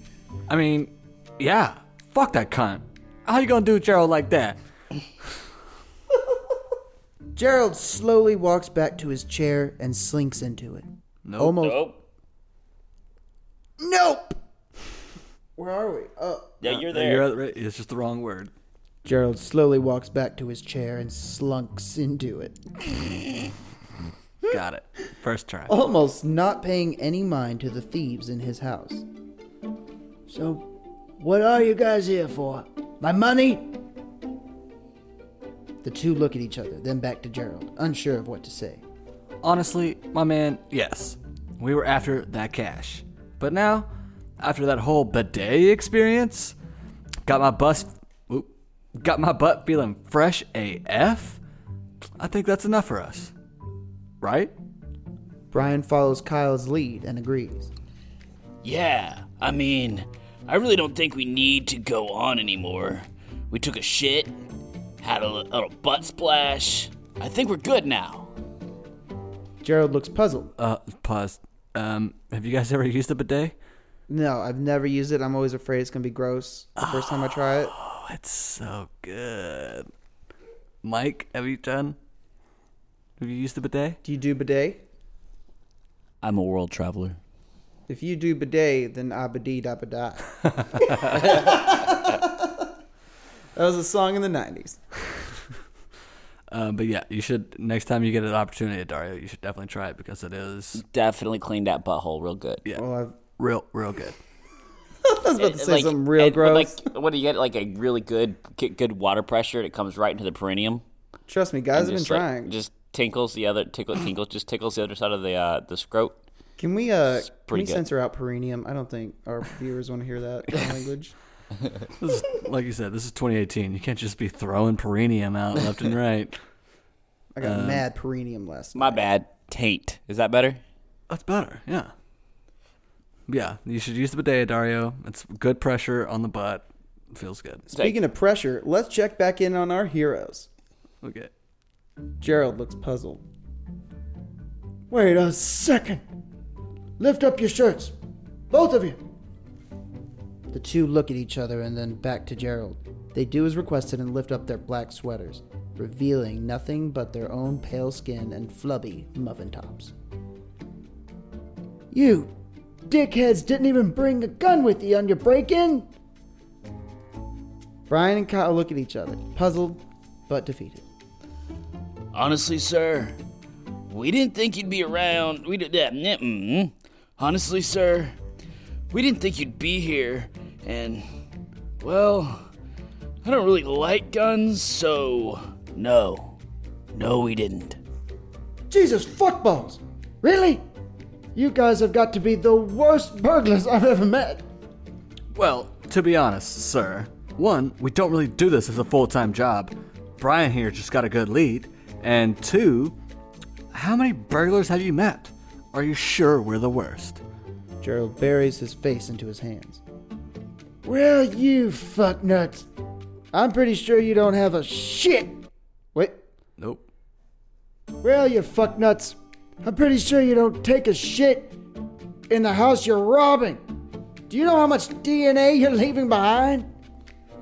B: I mean, yeah. Fuck that cunt. How you gonna do Gerald like that?
C: Gerald slowly walks back to his chair and slinks into it. Nope. Almost.
D: Oh,
C: Nope. Where are we? Oh.
D: yeah, you're
B: No,
D: there.
B: you're right. It's just the wrong word.
C: Gerald slowly walks back to his chair and slunks into it,
B: Got it. First try.
C: almost not paying any mind to the thieves in his house.
E: So, what are you guys here for? My money?
C: The two look at each other, then back to Gerald, unsure of what to say.
B: Honestly, my man, yes. We were after that cash. But now, after that whole bidet experience, got my bus oop, got my butt feeling fresh AF. I think that's enough for us. Right?
C: Brian follows Kyle's lead and agrees.
D: Yeah, I mean, I really don't think we need to go on anymore. We took a shit, had a li- little butt splash. I think we're good now.
C: Gerald looks puzzled.
B: Uh pause. Um have you guys ever used a bidet?
C: No, I've never used it. I'm always afraid it's going to be gross the first time I try it.
B: Oh, it's so good. Mike, have you done? Have you used a bidet?
C: Do you do bidet?
D: I'm a world traveler.
C: If you do bidet, then abadi da ba da. That was a song in the 90s.
B: Uh, but yeah, you should next time you get an opportunity, Dario, you should definitely try it because it is
D: Definitely cleaned that butthole real good.
B: Yeah.
C: Well, I've
B: real, real good.
C: I was about to say
D: Eh, like,
C: something real
D: and- but,
C: gross.
D: Like, what do you get? Like a really good, get good water pressure, and it comes right into the perineum.
C: Trust me, guys have been
D: Just like-
C: trying.
D: just tinkles the other tickle tinkles, just tickles the other side of the uh, the scrote.
C: can we uh can
D: pretty
C: we
D: good.
C: censor out perineum? I don't think our viewers want to hear that language.
B: This is, like you said, this is 2018. You can't just be throwing perineum out left and right.
C: I got mad perineum last night.
D: Um, My bad. Taint. Is that better?
B: That's better. Yeah. Yeah, you should use the bidet, Dario. It's good pressure on the butt. Feels good.
C: Speaking of pressure, let's check back in on our heroes.
B: Okay.
C: Gerald looks puzzled.
E: Wait a second. Lift up your shirts. Both of you.
C: The two look at each other and then back to Gerald. They do as requested and lift up their black sweaters, revealing nothing but their own pale skin and flubby muffin tops.
E: You dickheads didn't even bring a gun with you on your break in?
C: Brian and Kyle look at each other, puzzled but defeated.
D: Honestly, sir, we didn't think you'd be around. We did that. mm Honestly, sir, we didn't think you'd be here. And, well, I don't really like guns, so no. No, we didn't.
E: Jesus fuckballs. Really? You guys have got to be the worst burglars I've ever met.
B: Well, to be honest, sir, one, we don't really do this as a full time job. Brian here just got a good lead. And two, how many burglars have you met? Are you sure we're the worst?
C: Gerald buries his face into his hands.
E: Well, you fucknuts. I'm pretty sure you don't have a shit.
C: Wait,
B: Nope.
E: Well, you fucknuts. I'm pretty sure you don't take a shit in the house you're robbing. Do you know how much DNA you're leaving behind?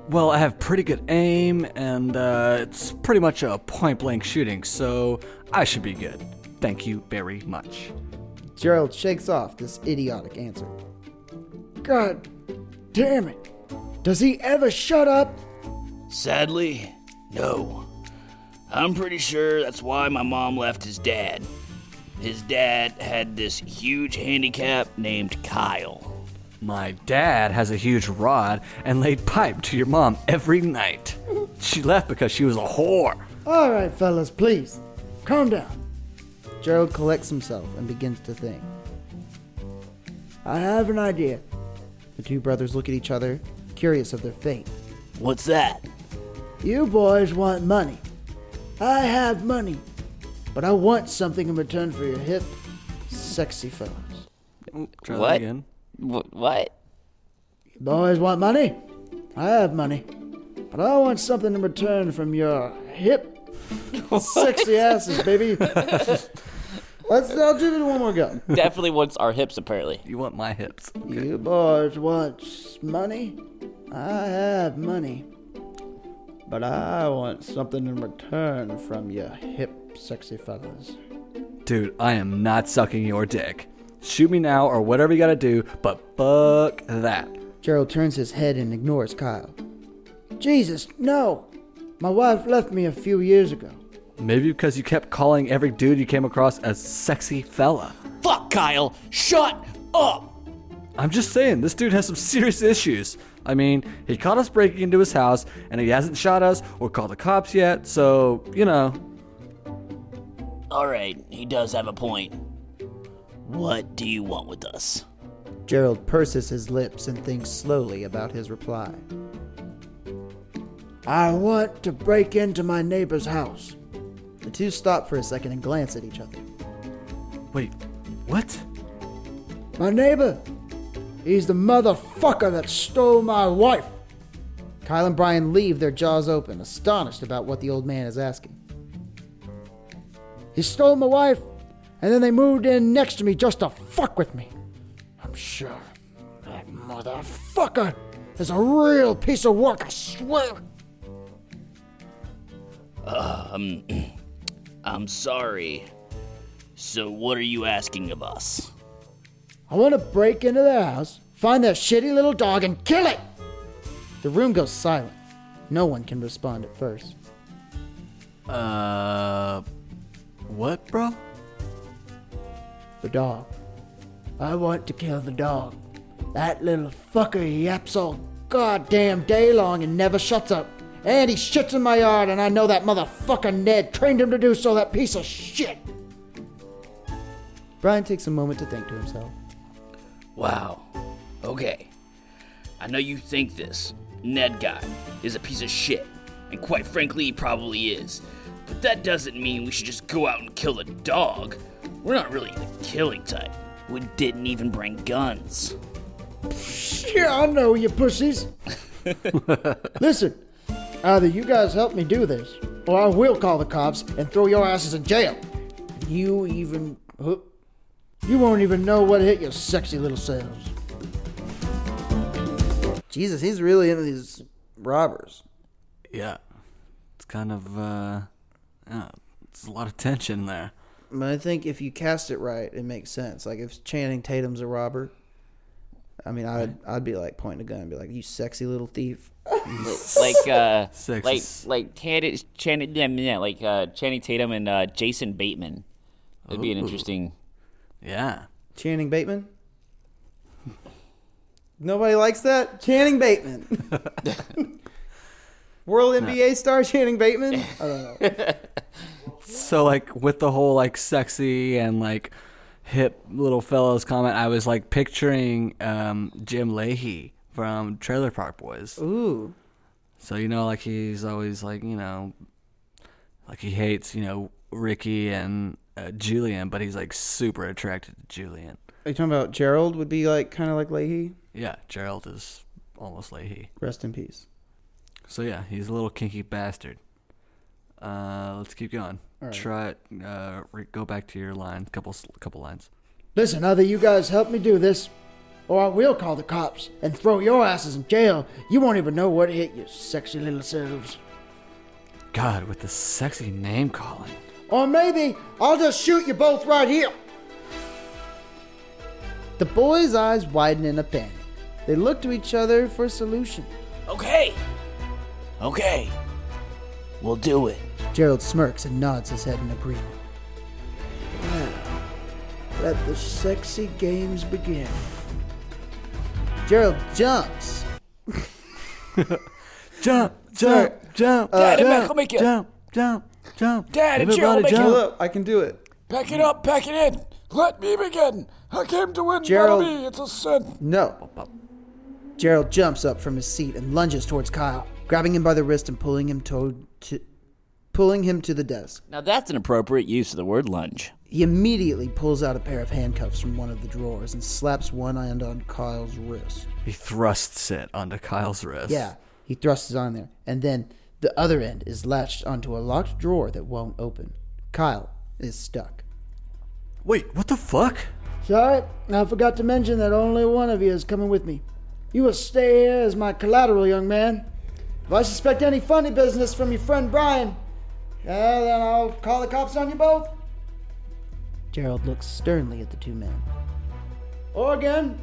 B: Well, I have pretty good aim, and uh, it's pretty much a point blank shooting, so I should be good. Thank you very much.
C: Gerald shakes off this idiotic answer.
E: God damn it. Does he ever shut up?
D: Sadly, no. I'm pretty sure that's why my mom left his dad. His dad had this huge handicap named Kyle.
B: My dad has a huge rod and laid pipe to your mom every night. She left because she was a whore.
E: All right, fellas, please. Calm down.
C: Gerald collects himself and begins to think.
E: I have an idea.
C: The two brothers look at each other, curious of their fate.
D: What's that?
E: You boys want money. I have money. But I want something in return for your hip, sexy fellas.
B: Try
D: What?
B: That again.
D: Wh- what?
E: You boys want money? I have money. But I want something in return from your hip, sexy asses, baby.
C: Let's I'll give it one more go.
D: Definitely wants our hips, apparently.
B: You want my hips.
E: You boys want s- money? I have money. But I want something in return from you hip, sexy fellas.
B: Dude, I am not sucking your dick. Shoot me now or whatever you gotta do, but fuck that.
C: Gerald turns his head and ignores Kyle.
E: Jesus, no! My wife left me a few years ago.
B: Maybe because you kept calling every dude you came across a sexy fella.
D: Fuck, Kyle! Shut up!
B: I'm just saying, this dude has some serious issues. I mean, he caught us breaking into his house, and he hasn't shot us or called the cops yet, so, you know,
D: Alright, he does have a point. What do you want with us?
C: Gerald purses his lips and thinks slowly about his reply.
E: I want to break into my neighbor's house.
C: The two stop for a second and glance at each other.
B: Wait, what?
E: My neighbor? He's the motherfucker that stole my wife.
C: Kyle and Brian leave, their jaws open, astonished about what the old man is asking.
E: He stole my wife, and then they moved in next to me just to fuck with me. I'm sure that motherfucker is a real piece of work, I swear.
D: I'm sorry. So, what are you asking of us?
E: I want to break into their house, find that shitty little dog, and kill it.
C: The room goes silent. No one can respond at first.
B: Uh, what, bro?
E: The dog. I want to kill the dog. That little fucker yaps all goddamn day long and never shuts up. And he shits in my yard, and I know that motherfucker Ned trained him to do so, that piece of shit.
C: Brian takes a moment to think to himself.
D: Wow. Okay. I know you think this. Ned guy is a piece of shit. And quite frankly, he probably is. But that doesn't mean we should just go out and kill a dog. We're not really the killing type. We didn't even bring guns.
E: Yeah, I know, you pussies. Listen, either you guys help me do this, or I will call the cops and throw your asses in jail. You even. huh? You won't even know what hit your sexy little selves.
C: Jesus, he's really into these robbers.
B: Yeah. It's kind of uh yeah, it's a lot of tension there.
C: But I think if you cast it right, it makes sense. Like if Channing Tatum's a robber, I mean, I'd I'd be like pointing a gun and be like, "You sexy little thief."
A: like uh like
B: Sexist.
A: like Channing Channing yeah, yeah, like uh Channing Tatum and uh Jason Bateman. That'd be an interesting
B: Yeah.
C: Channing Bateman. Nobody likes that. Channing Bateman. World NBA star Channing Bateman. I don't know.
B: So like with the whole like sexy and like hip little fellows comment, I was like picturing um Jim Leahy from Trailer Park Boys.
C: Ooh,
B: So you know, like he's always like you know, like he hates you know Ricky and uh, Julian, but he's like super attracted to Julian.
C: are you talking about Gerald? Would be like kind of like Leahy.
B: Yeah, Gerald is almost Leahy.
C: Rest in peace.
B: So yeah, he's a little kinky bastard. Uh, let's keep going. Try uh, re- go back to your line. Couple s- couple lines.
E: Listen, either you guys help me do this, or I will call the cops and throw your asses in jail. You won't even know what hit your sexy little selves.
B: God, with the sexy name calling.
E: Or maybe I'll just shoot you both right here.
C: The boys' eyes widen in a panic. They look to each other for a solution.
D: Okay. Okay. We'll do it.
E: Gerald smirks and nods his head in agreement.
C: Let the sexy games begin. Gerald jumps.
B: Jump, jump, jump,
D: Uh, Daddy,
B: jump,
D: Michael, make it.
B: jump, jump, jump.
D: Daddy, Gerald,
B: Everybody
D: make it.
B: jump.
C: Hold up, I can do it.
D: Pack it up, pack it in. Let me begin. I came to win,
C: Gerald-
D: not me. It's a sin.
C: No. Gerald jumps up from his seat and lunges towards Kyle, grabbing him by the wrist and pulling him to, to pulling him to the desk.
A: Now that's an appropriate use of the word lunge.
C: He immediately pulls out a pair of handcuffs from one of the drawers and slaps one end on Kyle's wrist.
B: He thrusts it onto Kyle's wrist.
C: Yeah, he thrusts it on there, and then the other end is latched onto a locked drawer that won't open. Kyle is stuck.
B: Wait, what the fuck?
E: Sorry, I forgot to mention that only one of you is coming with me. You will stay here as my collateral, young man. If I suspect any funny business from your friend Brian, yeah, then I'll call the cops on you both.
C: Gerald looks sternly at the two men.
E: Or again,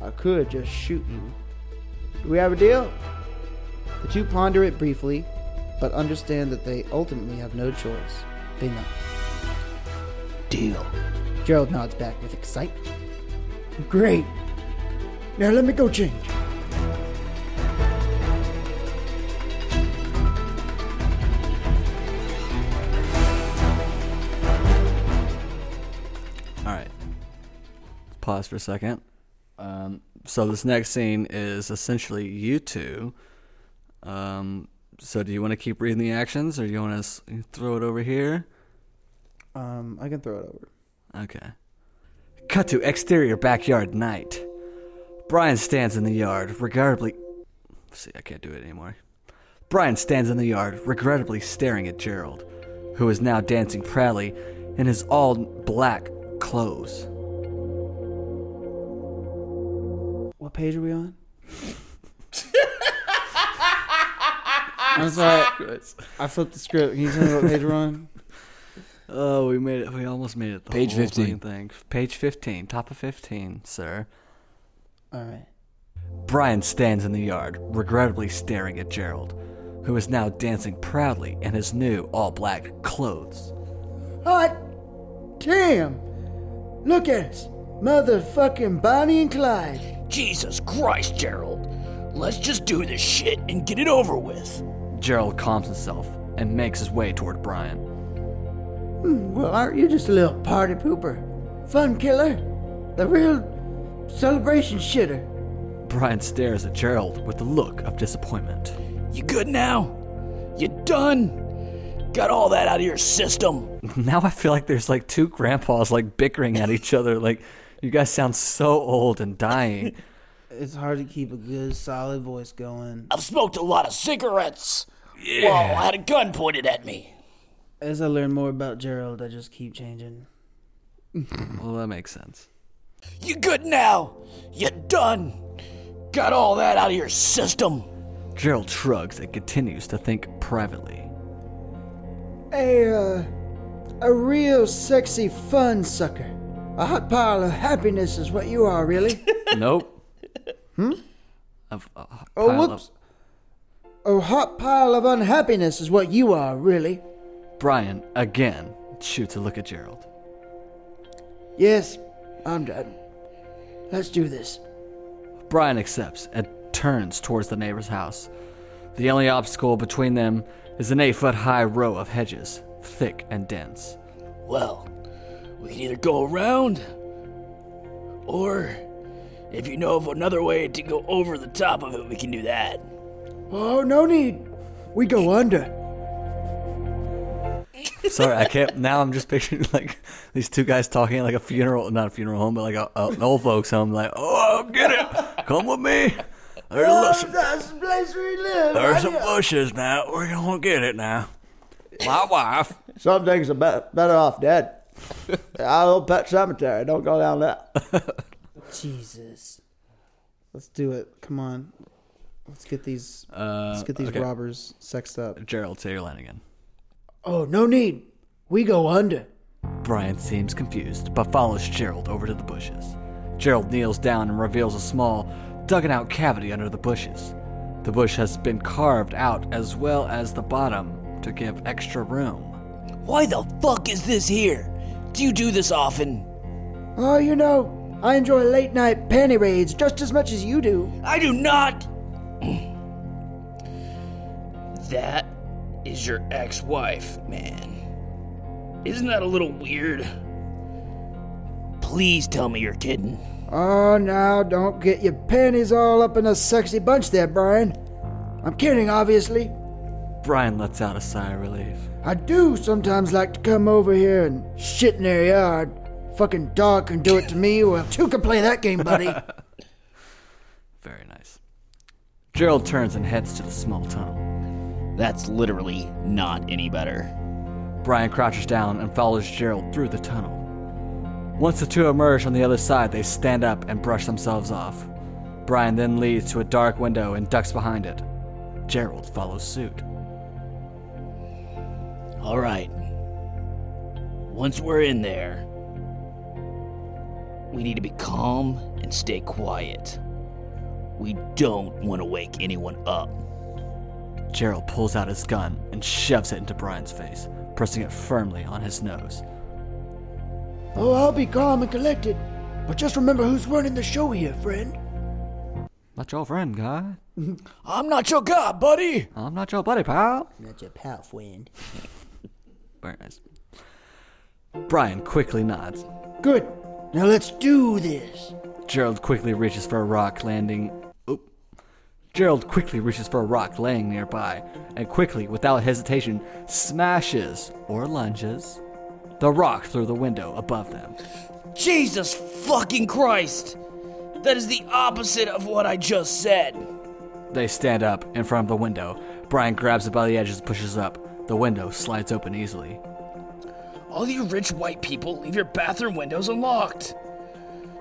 E: I could just shoot you. Do we have a deal?
C: The two ponder it briefly, but understand that they ultimately have no choice. They know.
E: Deal.
C: Gerald nods back with excitement.
E: Great. Now let me go change.
B: All right. Let's pause for a second. Um, so this next scene is essentially you two. Um, so do you want to keep reading the actions, or do you want to throw it over here?
C: Um, I can throw it over.
B: Okay. Cut to exterior backyard night. Brian stands in the yard, regrettably. See, I can't do it anymore. Brian stands in the yard, regrettably staring at Gerald, who is now dancing proudly in his all black clothes.
C: What page are we on? I'm sorry. I flipped the script. Can you tell me what page we're on?
B: Oh, we made it. We almost made it. The
F: Page
B: whole
F: 15.
B: fucking Thing. Page 15. Top of 15, sir.
C: All right.
B: Brian stands in the yard, regrettably staring at Gerald, who is now dancing proudly in his new all black clothes.
E: Hot damn! Look at us, motherfucking Bonnie and Clyde.
D: Jesus Christ, Gerald. Let's just do this shit and get it over with.
B: Gerald calms himself and makes his way toward Brian.
E: Well, aren't you just a little party pooper? Fun killer? The real celebration shitter.
B: Brian stares at Gerald with a look of disappointment.
D: You good now? You done? Got all that out of your system.
B: Now I feel like there's like two grandpas like bickering at each other. Like, you guys sound so old and dying.
C: It's hard to keep a good, solid voice going.
D: I've smoked a lot of cigarettes. Whoa, I had a gun pointed at me.
C: As I learn more about Gerald, I just keep changing.
B: well, that makes sense.
D: You good now? You done? Got all that out of your system.
B: Gerald shrugs and continues to think privately.
E: A, uh, a real sexy fun sucker. A hot pile of happiness is what you are, really.
B: Nope. hmm? Of, uh,
E: Oh,
B: pile
E: whoops.
B: Of,
E: a hot pile of unhappiness is what you are, really.
B: Brian again shoots a look at Gerald.
E: Yes, I'm done. Let's do this.
B: Brian accepts and turns towards the neighbor's house. The only obstacle between them is an eight foot high row of hedges, thick and dense.
D: Well, we can either go around, or if you know of another way to go over the top of it, we can do that.
E: Oh, no need. We go under.
B: Sorry, I can't. Now I'm just picturing like these two guys talking at like a funeral, not a funeral home, but like a, a, an old folks home. Like, oh, get it, come with me. There's a lot-
E: That's the place we live.
B: There's some bushes now. We're gonna get it now. My wife.
E: Some things are better off dead. I will pet cemetery. Don't go down that.
C: Jesus. Let's do it. Come on. Let's get these let's get these
B: okay.
C: robbers sexed up.
B: Gerald, say your line again.
E: Oh, no need. We go under.
B: Brian seems confused, but follows Gerald over to the bushes. Gerald kneels down and reveals a small, dug out cavity under the bushes. The bush has been carved out as well as the bottom to give extra room.
D: Why the fuck is this here? Do you do this often?
E: Oh, you know, I enjoy late night panty raids just as much as you do.
D: I do not. that is your ex wife, man. Isn't that a little weird? Please tell me you're kidding.
E: Oh, now don't get your panties all up in a sexy bunch there, Brian. I'm kidding, obviously.
B: Brian lets out a sigh of relief.
E: I do sometimes like to come over here and shit in their yard. Fucking dog can do it to me. Well, two can play that game, buddy.
B: Very nice. Gerald turns and heads to the small tunnel.
A: That's literally not any better.
B: Brian crouches down and follows Gerald through the tunnel. Once the two emerge on the other side, they stand up and brush themselves off. Brian then leads to a dark window and ducks behind it. Gerald follows suit.
D: All right. Once we're in there, we need to be calm and stay quiet. We don't want to wake anyone up.
B: Gerald pulls out his gun and shoves it into Brian's face, pressing it firmly on his nose.
E: oh, I'll be calm and collected. But just remember who's running the show here, friend.
B: Not your friend, guy.
D: I'm not your guy, buddy.
B: I'm not your buddy, pal.
E: That's your pal, friend.
B: Very nice. Brian quickly nods.
E: Good. Now let's do this.
B: Gerald quickly reaches for a rock landing. Oop. Gerald quickly reaches for a rock laying nearby, and quickly, without hesitation, smashes or lunges the rock through the window above them.
D: Jesus fucking Christ. That is the opposite of what I just said.
B: They stand up in front of the window. Brian grabs it by the edges and pushes up. The window slides open easily.
D: All you rich white people leave your bathroom windows unlocked.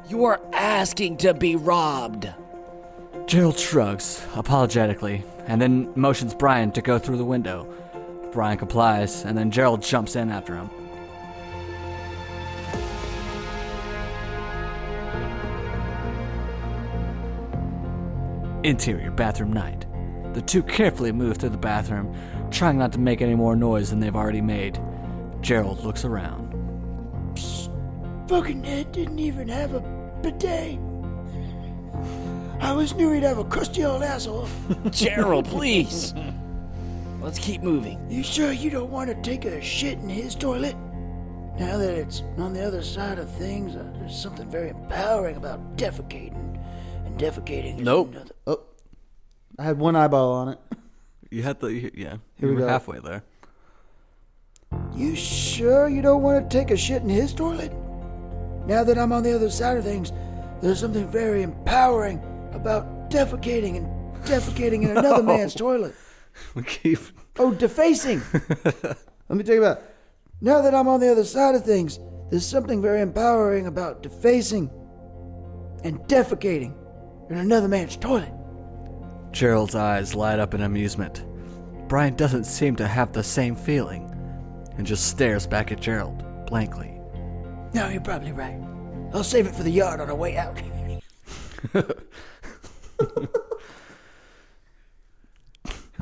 D: You are asking to be robbed.
B: Gerald shrugs apologetically and then motions Brian to go through the window. Brian complies, and then Gerald jumps in after him. Interior bathroom night. The two carefully move through the bathroom, trying not to make any more noise than they've already made. Gerald looks around.
E: Fucking Ned didn't even have a bidet. I always knew he'd have a crusty old asshole.
D: Gerald, please. Let's keep moving.
E: You sure you don't want to take a shit in his toilet? Now that it's on the other side of things, uh, there's something very empowering about defecating. And defecating is
D: Nope.
E: another.
C: Oh, I had one eyeball on it.
B: You had the you- yeah.
C: we
B: you were
C: go.
B: halfway there.
E: You sure you don't want to take a shit in his toilet? Now that I'm on the other side of things, there's something very empowering about defecating and defecating in another man's toilet.
B: We keep.
E: Oh, defacing!
C: Let me think about.
E: Now that I'm on the other side of things, there's something very empowering about defacing and defecating in another man's toilet.
B: Gerald's eyes light up in amusement. Brian doesn't seem to have the same feeling, and just stares back at Gerald blankly.
E: No, you're probably right. I'll save it for the yard on our way out.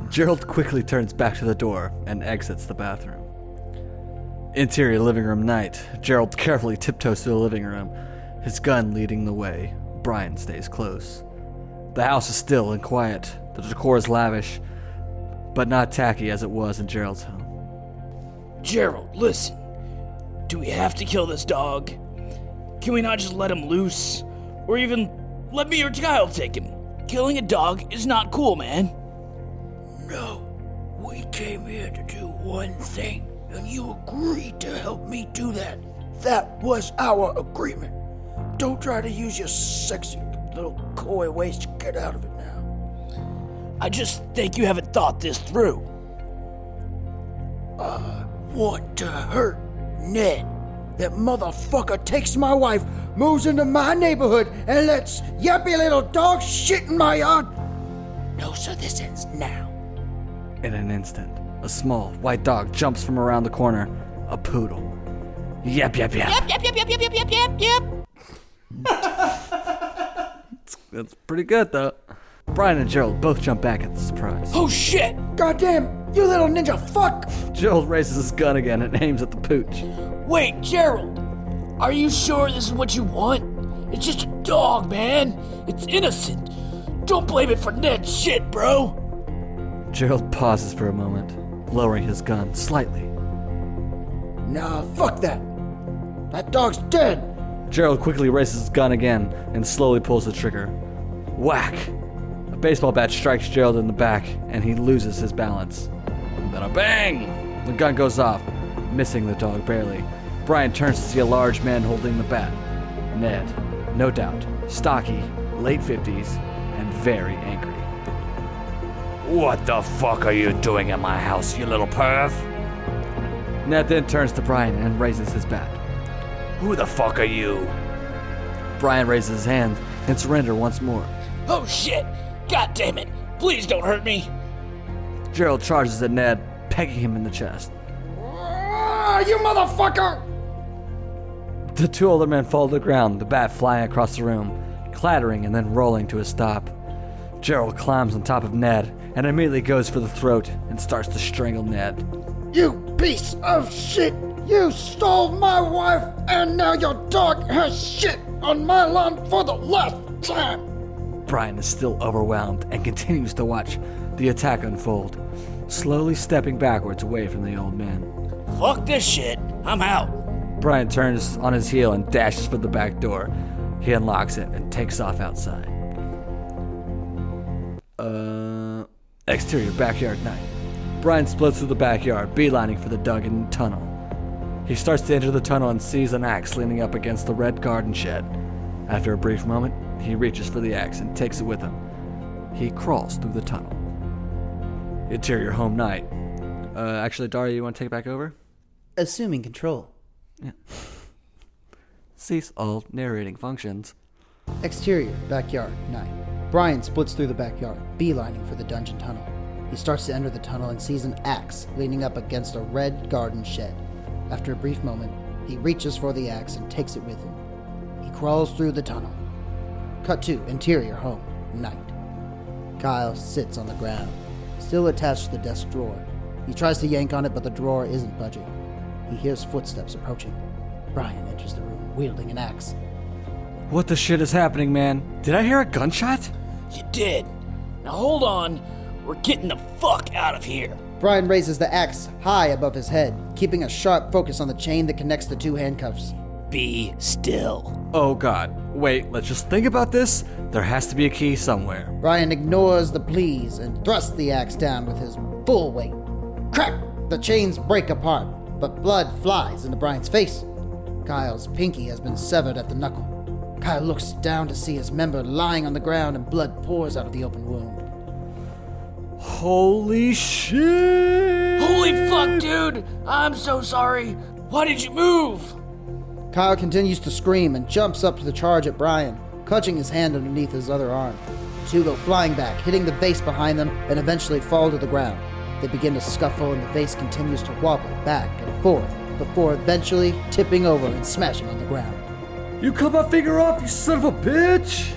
B: Gerald quickly turns back to the door and exits the bathroom. Interior living room night. Gerald carefully tiptoes to the living room, his gun leading the way. Brian stays close. The house is still and quiet. The decor is lavish, but not tacky as it was in Gerald's home.
D: Gerald, listen. Do we have to kill this dog? Can we not just let him loose? Or even let me or Kyle take him? Killing a dog is not cool, man.
E: No, we came here to do one thing, and you agreed to help me do that. That was our agreement. Don't try to use your sexy little coy ways to get out of it now.
D: I just think you haven't thought this through.
E: Want to hurt Ned? That motherfucker takes my wife, moves into my neighborhood, and lets yappy little dog shit in my yard. No, sir, this ends now.
B: In an instant, a small white dog jumps from around the corner, a poodle. Yep, yep, yep.
F: Yep, yep, yep, yep, yep, yep, yep, yep.
B: That's pretty good, though. Brian and Gerald both jump back at the surprise.
D: Oh shit!
E: Goddamn, you little ninja fuck!
B: Gerald raises his gun again and aims at the pooch.
D: Wait, Gerald! Are you sure this is what you want? It's just a dog, man! It's innocent! Don't blame it for Ned's shit, bro!
B: Gerald pauses for a moment, lowering his gun slightly.
E: Nah, fuck that. That dog's dead.
B: Gerald quickly raises his gun again and slowly pulls the trigger. Whack! A baseball bat strikes Gerald in the back, and he loses his balance. Then a bang! The gun goes off, missing the dog barely. Brian turns to see a large man holding the bat. Ned, no doubt, stocky, late 50s, and very angry. What the fuck are you doing in my house, you little perv? Ned then turns to Brian and raises his bat. Who the fuck are you? Brian raises his hand and surrender once more.
D: Oh shit! God damn it! Please don't hurt me!
B: Gerald charges at Ned, pegging him in the chest.
E: Ah, you motherfucker!
B: The two older men fall to the ground, the bat flying across the room, clattering and then rolling to a stop. Gerald climbs on top of Ned and immediately goes for the throat and starts to strangle Ned.
E: You piece of shit! You stole my wife, and now your dog has shit on my lawn for the last time!
B: Brian is still overwhelmed and continues to watch the attack unfold, slowly stepping backwards away from the old man.
D: Fuck this shit! I'm out!
B: Brian turns on his heel and dashes for the back door. He unlocks it and takes off outside. Uh, exterior backyard night. Brian splits through the backyard, beelining for the Duggan tunnel. He starts to enter the tunnel and sees an axe leaning up against the red garden shed. After a brief moment, he reaches for the axe and takes it with him. He crawls through the tunnel. Interior home night. Uh, actually, Daria, you want to take it back over?
C: Assuming control.
B: Cease all narrating functions.
C: Exterior, backyard, night. Brian splits through the backyard, beelining for the dungeon tunnel. He starts to enter the tunnel and sees an axe leaning up against a red garden shed. After a brief moment, he reaches for the axe and takes it with him. He crawls through the tunnel. Cut to interior home, night. Kyle sits on the ground, still attached to the desk drawer. He tries to yank on it, but the drawer isn't budging. He hears footsteps approaching. Brian enters the room, wielding an axe.
B: What the shit is happening, man? Did I hear a gunshot?
D: You did. Now hold on. We're getting the fuck out of here.
E: Brian raises the axe high above his head, keeping a sharp focus on the chain that connects the two handcuffs.
D: Be still.
B: Oh god. Wait, let's just think about this. There has to be a key somewhere.
E: Brian ignores the pleas and thrusts the axe down with his full weight. Crack! The chains break apart, but blood flies into Brian's face. Kyle's pinky has been severed at the knuckle. Kyle looks down to see his member lying on the ground and blood pours out of the open wound.
B: Holy shit!
D: Holy fuck, dude! I'm so sorry. Why did you move?
E: Kyle continues to scream and jumps up to the charge at Brian, clutching his hand underneath his other arm. The two go flying back, hitting the vase behind them, and eventually fall to the ground. They begin to scuffle, and the vase continues to wobble back and forth before eventually tipping over and smashing on the ground.
B: You cut my finger off, you son of a bitch!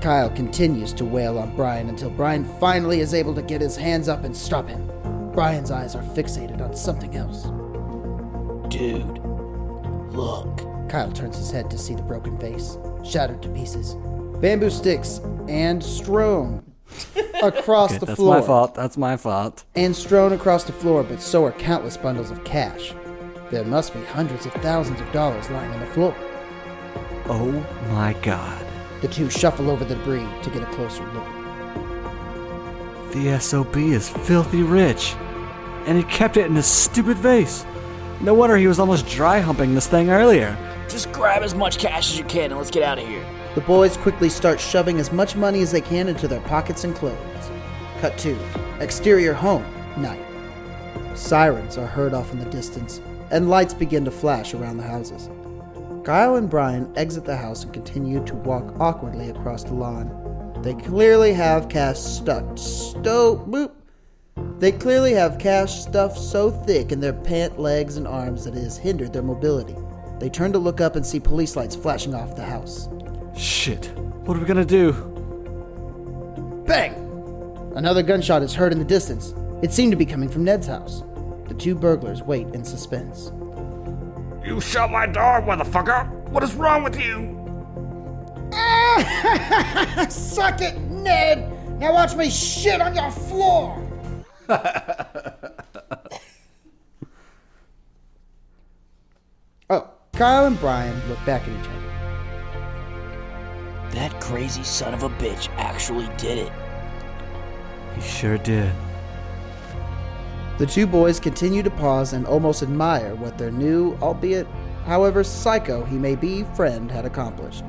E: Kyle continues to wail on Brian until Brian finally is able to get his hands up and stop him. Brian's eyes are fixated on something else.
D: Dude, look.
E: Kyle turns his head to see the broken vase, shattered to pieces. Bamboo sticks and strewn across the
B: That's
E: floor.
B: my fault. That's my fault.
E: And strewn across the floor, but so are countless bundles of cash. There must be hundreds of thousands of dollars lying on the floor.
B: Oh my god.
E: The two shuffle over the debris to get a closer look.
B: The SOB is filthy rich. And he kept it in this stupid vase. No wonder he was almost dry humping this thing earlier.
D: Just grab as much cash as you can and let's get out of here.
E: The boys quickly start shoving as much money as they can into their pockets and clothes. Cut two. Exterior home, night. Sirens are heard off in the distance, and lights begin to flash around the houses. Kyle and Brian exit the house and continue to walk awkwardly across the lawn. They clearly have cash stuck so boop. They clearly have cash stuffed so thick in their pant legs and arms that it has hindered their mobility. They turn to look up and see police lights flashing off the house.
B: Shit. What are we gonna do?
E: Bang! Another gunshot is heard in the distance. It seemed to be coming from Ned's house. The two burglars wait in suspense.
G: You shot my dog, motherfucker! What is wrong with you?
E: Suck it, Ned! Now watch me shit on your floor! oh, Kyle and Brian look back at each other.
D: That crazy son of a bitch actually did it.
B: He sure did.
E: The two boys continue to pause and almost admire what their new, albeit however psycho he may be, friend had accomplished.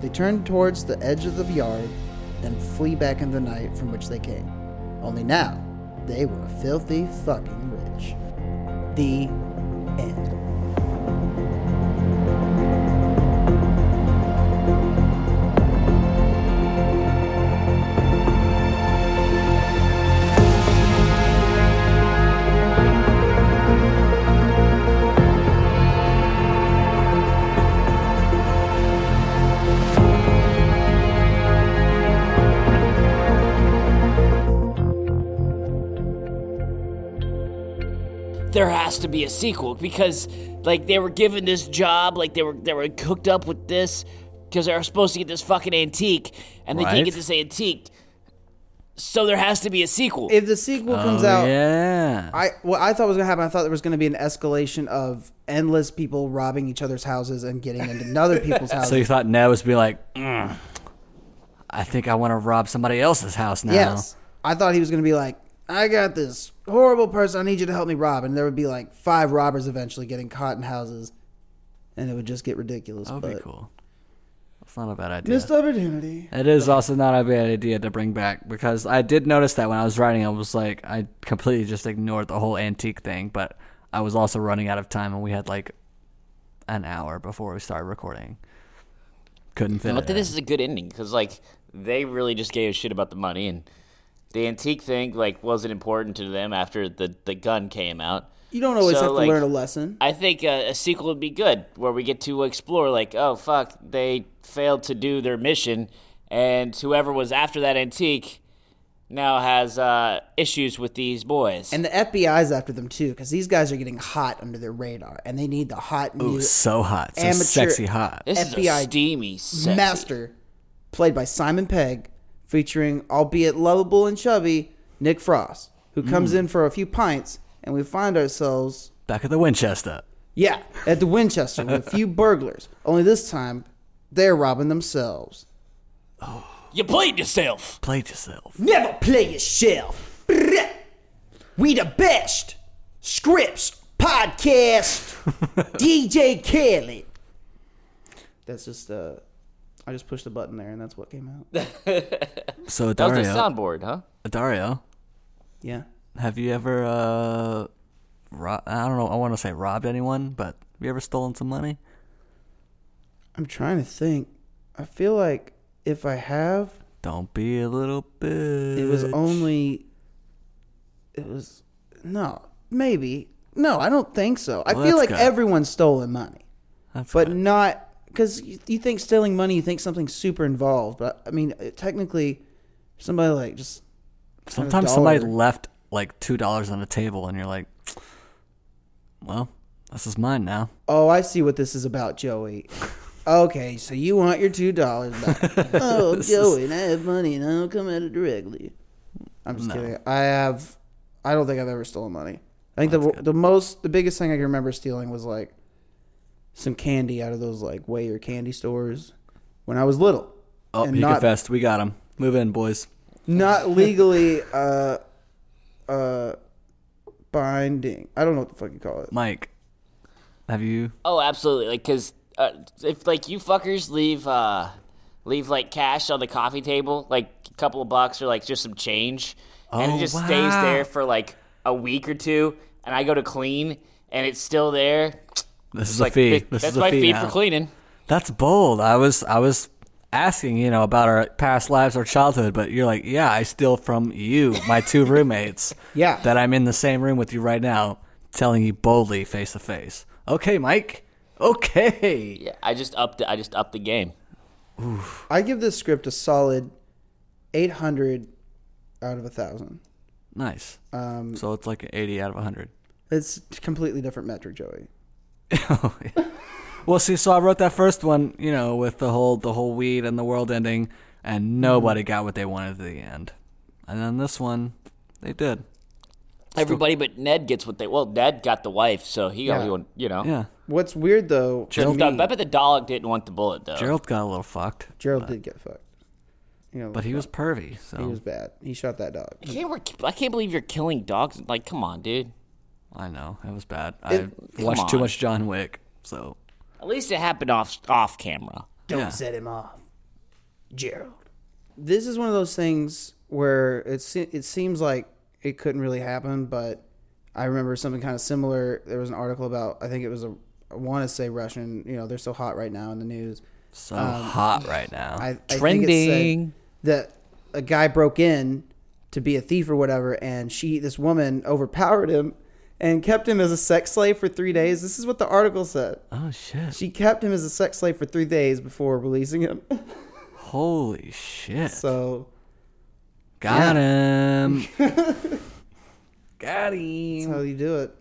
E: They turn towards the edge of the yard and flee back in the night from which they came. Only now, they were filthy fucking rich. The end.
D: there has to be a sequel because like they were given this job like they were they were hooked up with this because they were supposed to get this fucking antique and they
B: Right.
D: can't get this antique so there has to be a sequel
E: If the sequel comes out,
B: Oh, Yeah.
E: I what I thought was gonna happen, I thought there was gonna be an escalation of endless people robbing each other's houses and getting into other people's houses.
B: So you thought Ned was be like, "Mm, I think I want to rob somebody else's house now.
E: Yes. I thought he was going to be like, I got this horrible person. I need you to help me rob. And there would be like five robbers eventually getting caught in houses. And it would just get ridiculous.
B: that would
E: but
B: be cool. That's not a bad idea.
C: Missed opportunity.
B: It is also not a bad idea to bring back because I did notice that when I was writing, I was like, I completely just ignored the whole antique thing, but I was also running out of time and we had like an hour before we started recording. Couldn't fit
D: but
B: it.
D: then
B: in.
D: this is a good ending because like they really just gave a shit about the money and the antique thing like wasn't important to them after the the gun came out
E: You don't always
D: So,
E: have to
D: like,
E: learn a lesson.
D: I think a, a sequel would be good, where we get to explore, like, oh fuck, they failed to do their mission, and whoever was after that antique now has uh, issues with these boys.
E: And the FBI's after them too, because these guys are getting hot under their radar, and they need the hot new
B: Ooh, so hot. So
E: Amateur-
B: sexy hot.
D: this is a
E: FBI
D: steamy, sexy.
E: master, played by Simon Pegg, featuring, albeit lovable and chubby, Nick Frost, who
B: Mm.
E: comes in for a few pints, and we find ourselves,
B: Back at the Winchester.
E: yeah, at the Winchester with a few burglars. Only this time, they're robbing themselves.
D: You played yourself.
B: Played
E: Hmm?
B: yourself.
H: Never play yourself. Brrrah. We the best. Scripts podcast. DJ Kelly.
E: That's just, uh, I just pushed the button there, and that's what came out.
B: So
A: That was a
B: Dario,
A: soundboard, huh?
B: Dario,
E: Yeah.
B: have you ever? Uh, ro- I don't know. I want to say robbed anyone, but have you ever stolen some money?
E: I'm trying to think. I feel like if I have,
B: Don't be a little bitch.
E: it was only. It was no, maybe no. I don't think so. I
B: Well,
E: feel like
B: that's good.
E: everyone's stolen money,
B: That's
E: but
B: good.
E: not because you, you think stealing money, you think something super involved. But I mean, it- technically, somebody like just found a
B: Sometimes somebody
E: dollar.
B: left like two dollars on the table, and you're like, "Well, this is mine now."
E: Oh, I see what this is about, Joey. Okay, so you want your two dollars back? oh, Joey, and I have money, and I don't come at it directly. I'm just kidding. I have. I don't think I've ever stolen money. I think the the most the biggest thing I can remember stealing was like some candy out of those like weigh your candy stores when I was little.
B: Oh,
E: And
B: he
E: not-
B: confessed. We got him. Move in, boys.
E: Not legally uh uh binding. I don't know what the fuck you call it.
B: Mike, have you?
A: Oh, absolutely. Like, cause uh, if like you fuckers leave, uh, leave like cash on the coffee table, like a couple of bucks or like just some change, and
B: Oh,
A: it just
B: wow.
A: stays there for like a week or two, and I go to clean, and it's still there.
B: This is
A: Like
B: a fee.
A: thi-
B: this
A: that's
B: is a
A: my
B: fee,
A: fee
B: now.
A: for cleaning.
B: That's bold. I was I was asking, you know, about our past lives, our childhood, but you're like, yeah, I steal from you, my two roommates.
E: Yeah.
B: That I'm in the same room with you right now, telling you boldly face to face. Okay, Mike. Okay.
A: Yeah, I just upped. I just upped the game.
E: I give this script a solid 800 out of a thousand.
B: Nice. Um, so it's like an 80 out of 100.
E: It's a completely different metric, Joey.
B: Oh, yeah. well, see, so I wrote that first one, you know, with the whole the whole weed and the world ending, and nobody got what they wanted at the end. And then this one, they did.
A: Everybody but Ned gets what they. Well, Ned got the wife, so he only won. You know.
B: Yeah,
C: Oh.
E: What's weird though, to
A: Gerald, I
E: me-
A: bet the dog didn't want the bullet though.
B: Gerald got a little fucked,
E: Gerald did get fucked. You know,
B: but he was pervy.
E: he
B: So
E: was bad. He shot that dog.
A: I can't, work- I can't believe you're killing dogs. Like, come on, dude.
B: I know it was bad. I
A: come
B: watched too
A: on.
B: much John Wick, so
A: At least it happened off off camera.
H: Don't
B: Yeah.
H: set him off. Gerald.
E: This is one of those things where it se- it seems like it couldn't really happen, but I remember something kind of similar. There was an article about I think it was a I want to say Russian. You know, they're so hot right now in the news.
B: so hot right now.
E: Um, I, I
A: Trending.
E: Think it said that a guy broke in to be a thief or whatever, and she, this woman, overpowered him and kept him as a sex slave for three days. This is what the article said.
B: oh shit!
E: She kept him as a sex slave for three days before releasing him.
B: Holy shit!
E: So
B: got him. got him.
E: that's how you do it.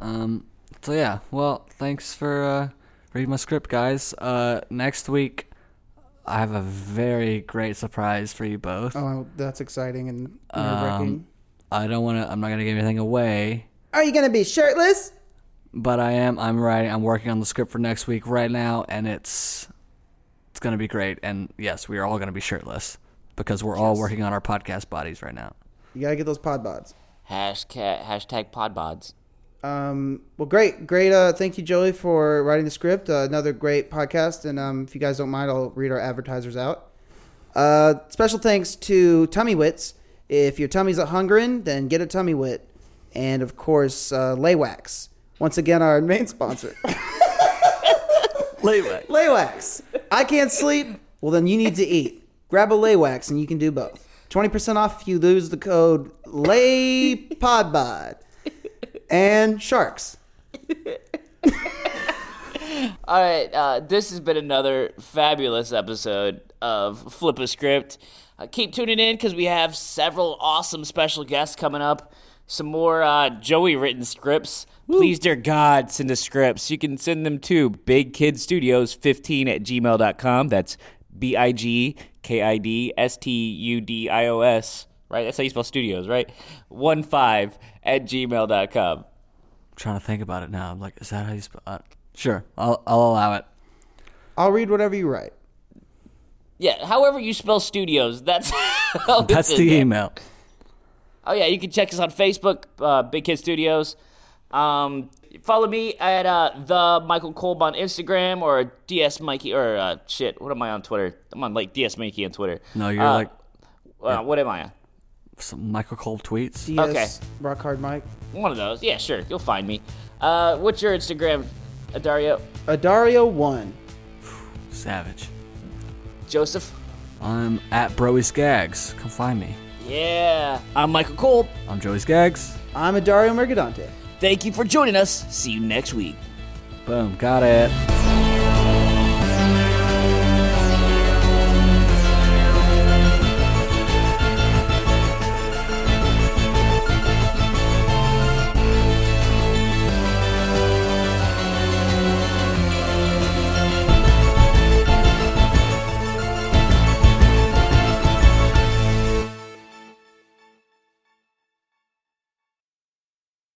B: Um, so yeah, well, thanks for uh, reading my script, guys. Uh, next week, I have a very great surprise for you both.
E: Oh, that's exciting and nerve wracking.
B: I don't want to. I'm not gonna give anything away,
E: Are you gonna be shirtless?
B: but I am. I'm writing. I'm working on the script for next week right now, and it's it's gonna be great. And yes, we are all gonna be shirtless because we're all working on our podcast bodies right now.
E: You gotta get those pod bods.
A: Hashtag, hashtag podbods.
E: Um, well, great, great. Uh, thank you, Joey, for writing the script. Uh, another great podcast. And um, if you guys don't mind, I'll read our advertisers out. Uh, special thanks to Tummy Wits. If your tummy's a hungering, then get a tummy wit. And of course, uh, Laywax. Once again, our main sponsor.
B: Layback.
E: Laywax. I can't sleep. Well, then you need to eat. Grab a Laywax and you can do both. 20% off if you lose the code LAYPODBOD. And sharks.
A: All right, uh, this has been another fabulous episode of Flip a Script. Uh, keep tuning in because we have several awesome special guests coming up. Some more uh, Joey written scripts. Please, dear God, send us scripts. You can send them to bigkidstudios15 at gmail.com. That's B I G K I D S T U D I O S, right? That's how you spell studios, right? One five at gmail.com.
B: trying to think about it now. I'm like, is that how you spell? Uh, sure, I'll I'll allow it.
C: I'll read whatever you write.
A: Yeah, however you spell studios, that's how this
B: That's
A: is.
B: the email.
A: Oh yeah, you can check us on Facebook, uh, Big Kid Studios. Um, follow me at uh, the Michael Kolb on Instagram or DS Mikey or uh, shit. What am I on Twitter? I'm on like DS Mikey on Twitter.
B: No, you're
A: Uh,
B: like
A: uh, what am I on?
B: some Michael Cole tweets.
C: DS,
A: Okay.
C: Rock hard Mike.
A: One of those. Yeah, sure. You'll find me. Uh, what's your Instagram, Adario?
C: Adario one.
B: Savage.
A: Joseph?
B: I'm at Broey Skaggs. Come find me.
A: Yeah. I'm Michael Cole.
B: I'm Joey Skaggs.
C: I'm Adario Mercadante.
A: Thank you for joining us. See you next week.
B: Boom, got it.